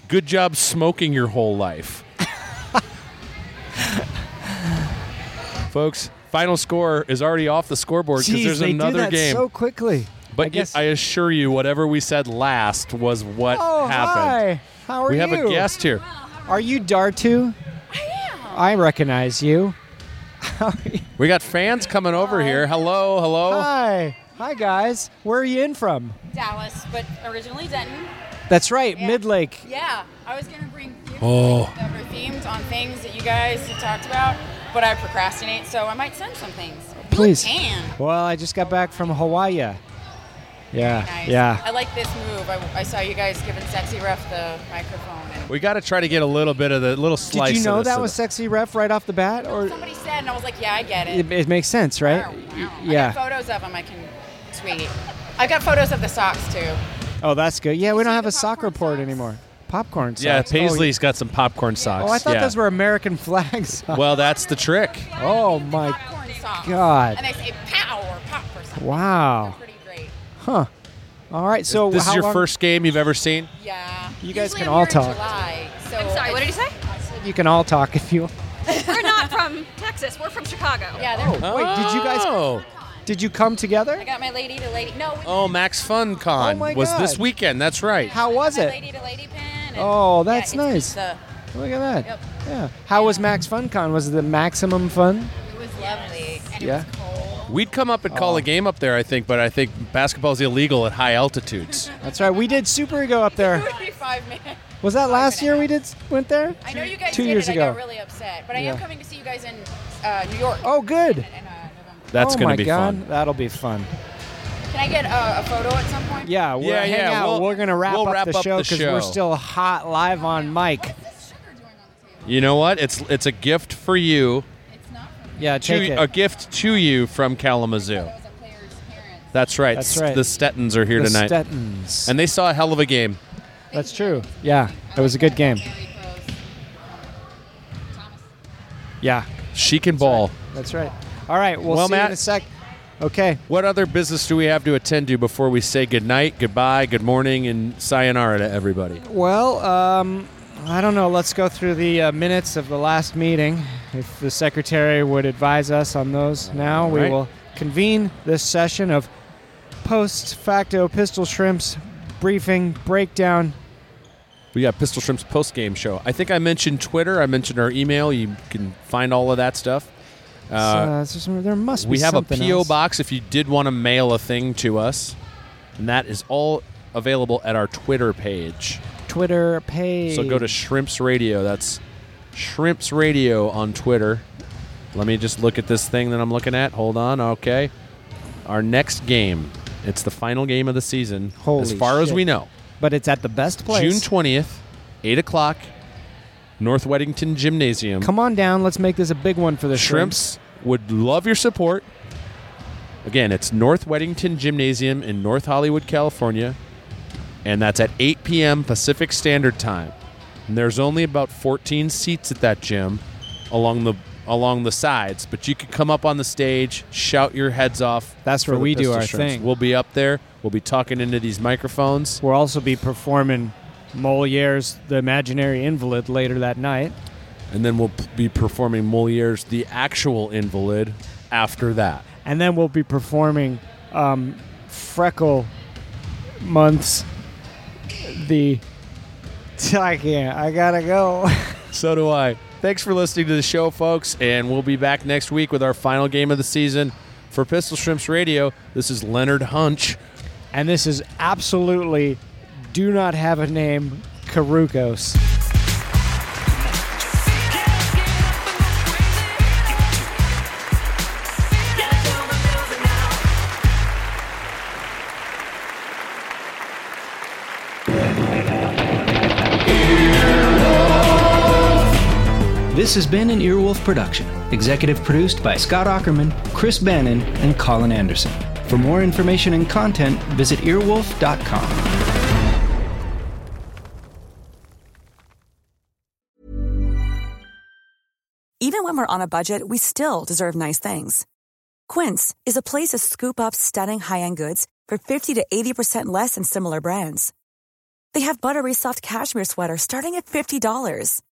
S2: "Good job smoking your whole life." Folks, final score is already off the scoreboard because
S1: Jeez,
S2: there's
S1: they do
S2: another
S1: that
S2: game.
S1: so quickly.
S2: but
S1: I
S2: I,
S1: guess-
S2: I assure you, whatever we said last was what
S1: Oh,
S2: happened.
S1: hi. How are
S2: we
S1: you?
S2: have a guest here.
S1: Are you Dartu? I am. I recognize you.
S2: We got fans coming over here. Hello, hello.
S1: Hi. Hi, guys. Where are you in from?
S5: Dallas, but originally Denton.
S1: That's right,
S5: Yeah.
S1: Midlake.
S5: Yeah, I was gonna bring gifts
S2: Oh.
S5: that were themed on things that you guys had talked about, but I procrastinate, so I might send some things. You
S1: Please.
S5: Can.
S1: Well, I just got back from Hawaii. Yeah.
S5: Nice.
S1: Yeah.
S5: I like this move. I, I saw you guys giving Sexy Ref the microphone. And
S2: We got to try to get a little bit of the little slice.
S1: Did you
S2: of
S1: know
S2: this
S1: that
S2: in
S1: was
S2: the-
S1: sexy ref right off the bat, or
S5: somebody said, and I was like, yeah, I get it. Oh,
S1: it, it makes sense, right?
S5: Wow, wow. I
S1: Yeah.
S5: got photos of them. I can tweet. I've got photos of the socks too.
S1: Oh, that's good. Yeah, we
S5: You
S1: don't
S5: see
S1: have
S5: the
S1: a soccer
S5: popcorn
S1: port
S5: socks?
S1: anymore. Popcorn.
S2: Yeah,
S1: socks. Oh,
S2: Paisley's got some popcorn socks.
S1: Oh, I thought
S2: yeah.
S1: those were American flags.
S2: Well, that's the trick.
S1: oh my
S5: Popcorn socks.
S1: God.
S5: And they say pow or pop or something.
S1: Wow.
S5: Pretty great.
S1: All right, so
S2: This
S1: Oh, how
S2: is your
S1: long-
S2: first game you've ever seen.
S5: Yeah.
S1: You guys
S5: Usually
S1: can
S5: I'm
S1: all
S5: here in
S1: talk.
S5: July, so
S6: I'm sorry, what did he say?
S1: You can all talk if you.
S6: We're not from Texas, we're from Chicago.
S5: Yeah, they're
S1: Wait, did you guys?
S2: Oh,
S1: Did you come together?
S5: I got my lady to lady. No, we
S2: oh Max FunCon
S1: Oh my
S2: was this
S1: God.
S2: weekend. That's right.
S1: How was
S5: my
S1: it?
S5: lady to lady pin. and-
S1: Oh, that's
S5: yeah, it's
S1: nice.
S5: pizza.
S1: Look at that.
S5: Yep.
S1: Yeah. How was Max FunCon? Was it the maximum fun?
S5: It was lovely. And it
S1: Yeah.
S5: was cold.
S2: We'd come up and
S1: Oh.
S2: call a game up there, I think, but I think basketball's illegal at high altitudes.
S1: That's right. We did Super Ego up there.
S5: It would be five minutes.
S1: Was that last year we did went there?
S5: I know you guys
S1: Two
S5: did
S1: years
S5: it. I
S1: ago.
S5: got really upset, but I
S1: Yeah.
S5: am coming to see you guys in uh, New York.
S1: Oh, good.
S5: In, uh, November.
S2: That's
S1: oh
S2: going
S1: my
S2: to be
S1: God,
S2: fun.
S1: That'll be fun.
S5: Can I get uh, a photo at some point?
S1: Yeah, we'll
S2: Yeah,
S1: hang
S2: yeah,
S1: out.
S2: we'll-
S1: we're gonna wrap
S2: we'll
S1: up
S2: wrap
S1: the
S2: up
S1: show
S2: the
S1: because we're
S2: show.
S1: still hot live on mic.
S5: What's this sugar doing on the table?
S2: You know what? It's it's a gift for you,
S5: It's not from
S1: Yeah,
S2: to,
S1: take it.
S2: a gift to you from Kalamazoo.
S5: those a player's parents.
S2: That's right.
S1: That's
S2: S-
S1: right.
S2: The Stettons are here
S1: the
S2: tonight,
S1: Stettons.
S2: and they saw a hell of a game.
S1: That's true. Yeah, it was a good game.
S5: Very pros. Thomas.
S1: Yeah,
S2: She can ball.
S1: that's right. All right, we'll,
S2: Well,
S1: see you in
S2: Matt-
S1: a sec. Okay,
S2: What other business do we have to attend to before we say goodnight, goodbye, good morning, and sayonara to everybody?
S1: well, um, I don't know. Let's go through the uh, minutes of the last meeting. If the secretary would advise us on those now, we
S2: All right.
S1: will convene this session of post facto pistol shrimps briefing breakdown.
S2: We got Pistol Shrimp's post game show. I think I mentioned Twitter. I mentioned our email. You can find all of that stuff. Uh,
S1: Uh, so there must be
S2: we have a
S1: something
S2: PO
S1: else.
S2: box if you did want to mail a thing to us, and that is all available at our Twitter page.
S1: Twitter page.
S2: So go to Shrimps Radio. That's Shrimps Radio on Twitter. Let me just look at this thing that I'm looking at. Hold on. Okay. Our next game. It's the final game of the season, as
S1: Holy
S2: far as
S1: shit.
S2: we know.
S1: but it's at the best place.
S2: June 20th, 8 o'clock, North Weddington Gymnasium.
S1: Come on down. Let's make this a big one for the shrimps.
S2: Shrimps would love your support. Again, it's North Weddington Gymnasium in North Hollywood, California, and that's at 8 p.m. Pacific Standard Time. And there's only about 14 seats at that gym along the along the sides, but you could come up on the stage, shout your heads off.
S1: That's
S2: for
S1: where
S2: the
S1: we do
S2: Pistol
S1: our
S2: Shrimps.
S1: thing.
S2: We'll be up there. We'll be talking into these microphones.
S1: We'll also be performing Moliere's The Imaginary Invalid later that night.
S2: and then we'll p- be performing Moliere's The Actual Invalid after that.
S1: And then we'll be performing um, Freckle Month's The. I can't. I gotta go.
S2: So do I. Thanks for listening to the show, folks, and we'll be back next week with our final game of the season for Pistol Shrimps Radio. This is Leonard Hunch.
S1: and this is absolutely do not have a name, Karukos.
S7: This has been an Earwolf production, executive produced by Scott Ackerman, Chris Bannon, and Colin Anderson. For more information and content, visit earwolf.com.
S8: Even when we're on a budget, we still deserve nice things. Quince is a place to scoop up stunning high end goods for 50 to 80% less than similar brands. They have buttery soft cashmere sweaters starting at $50,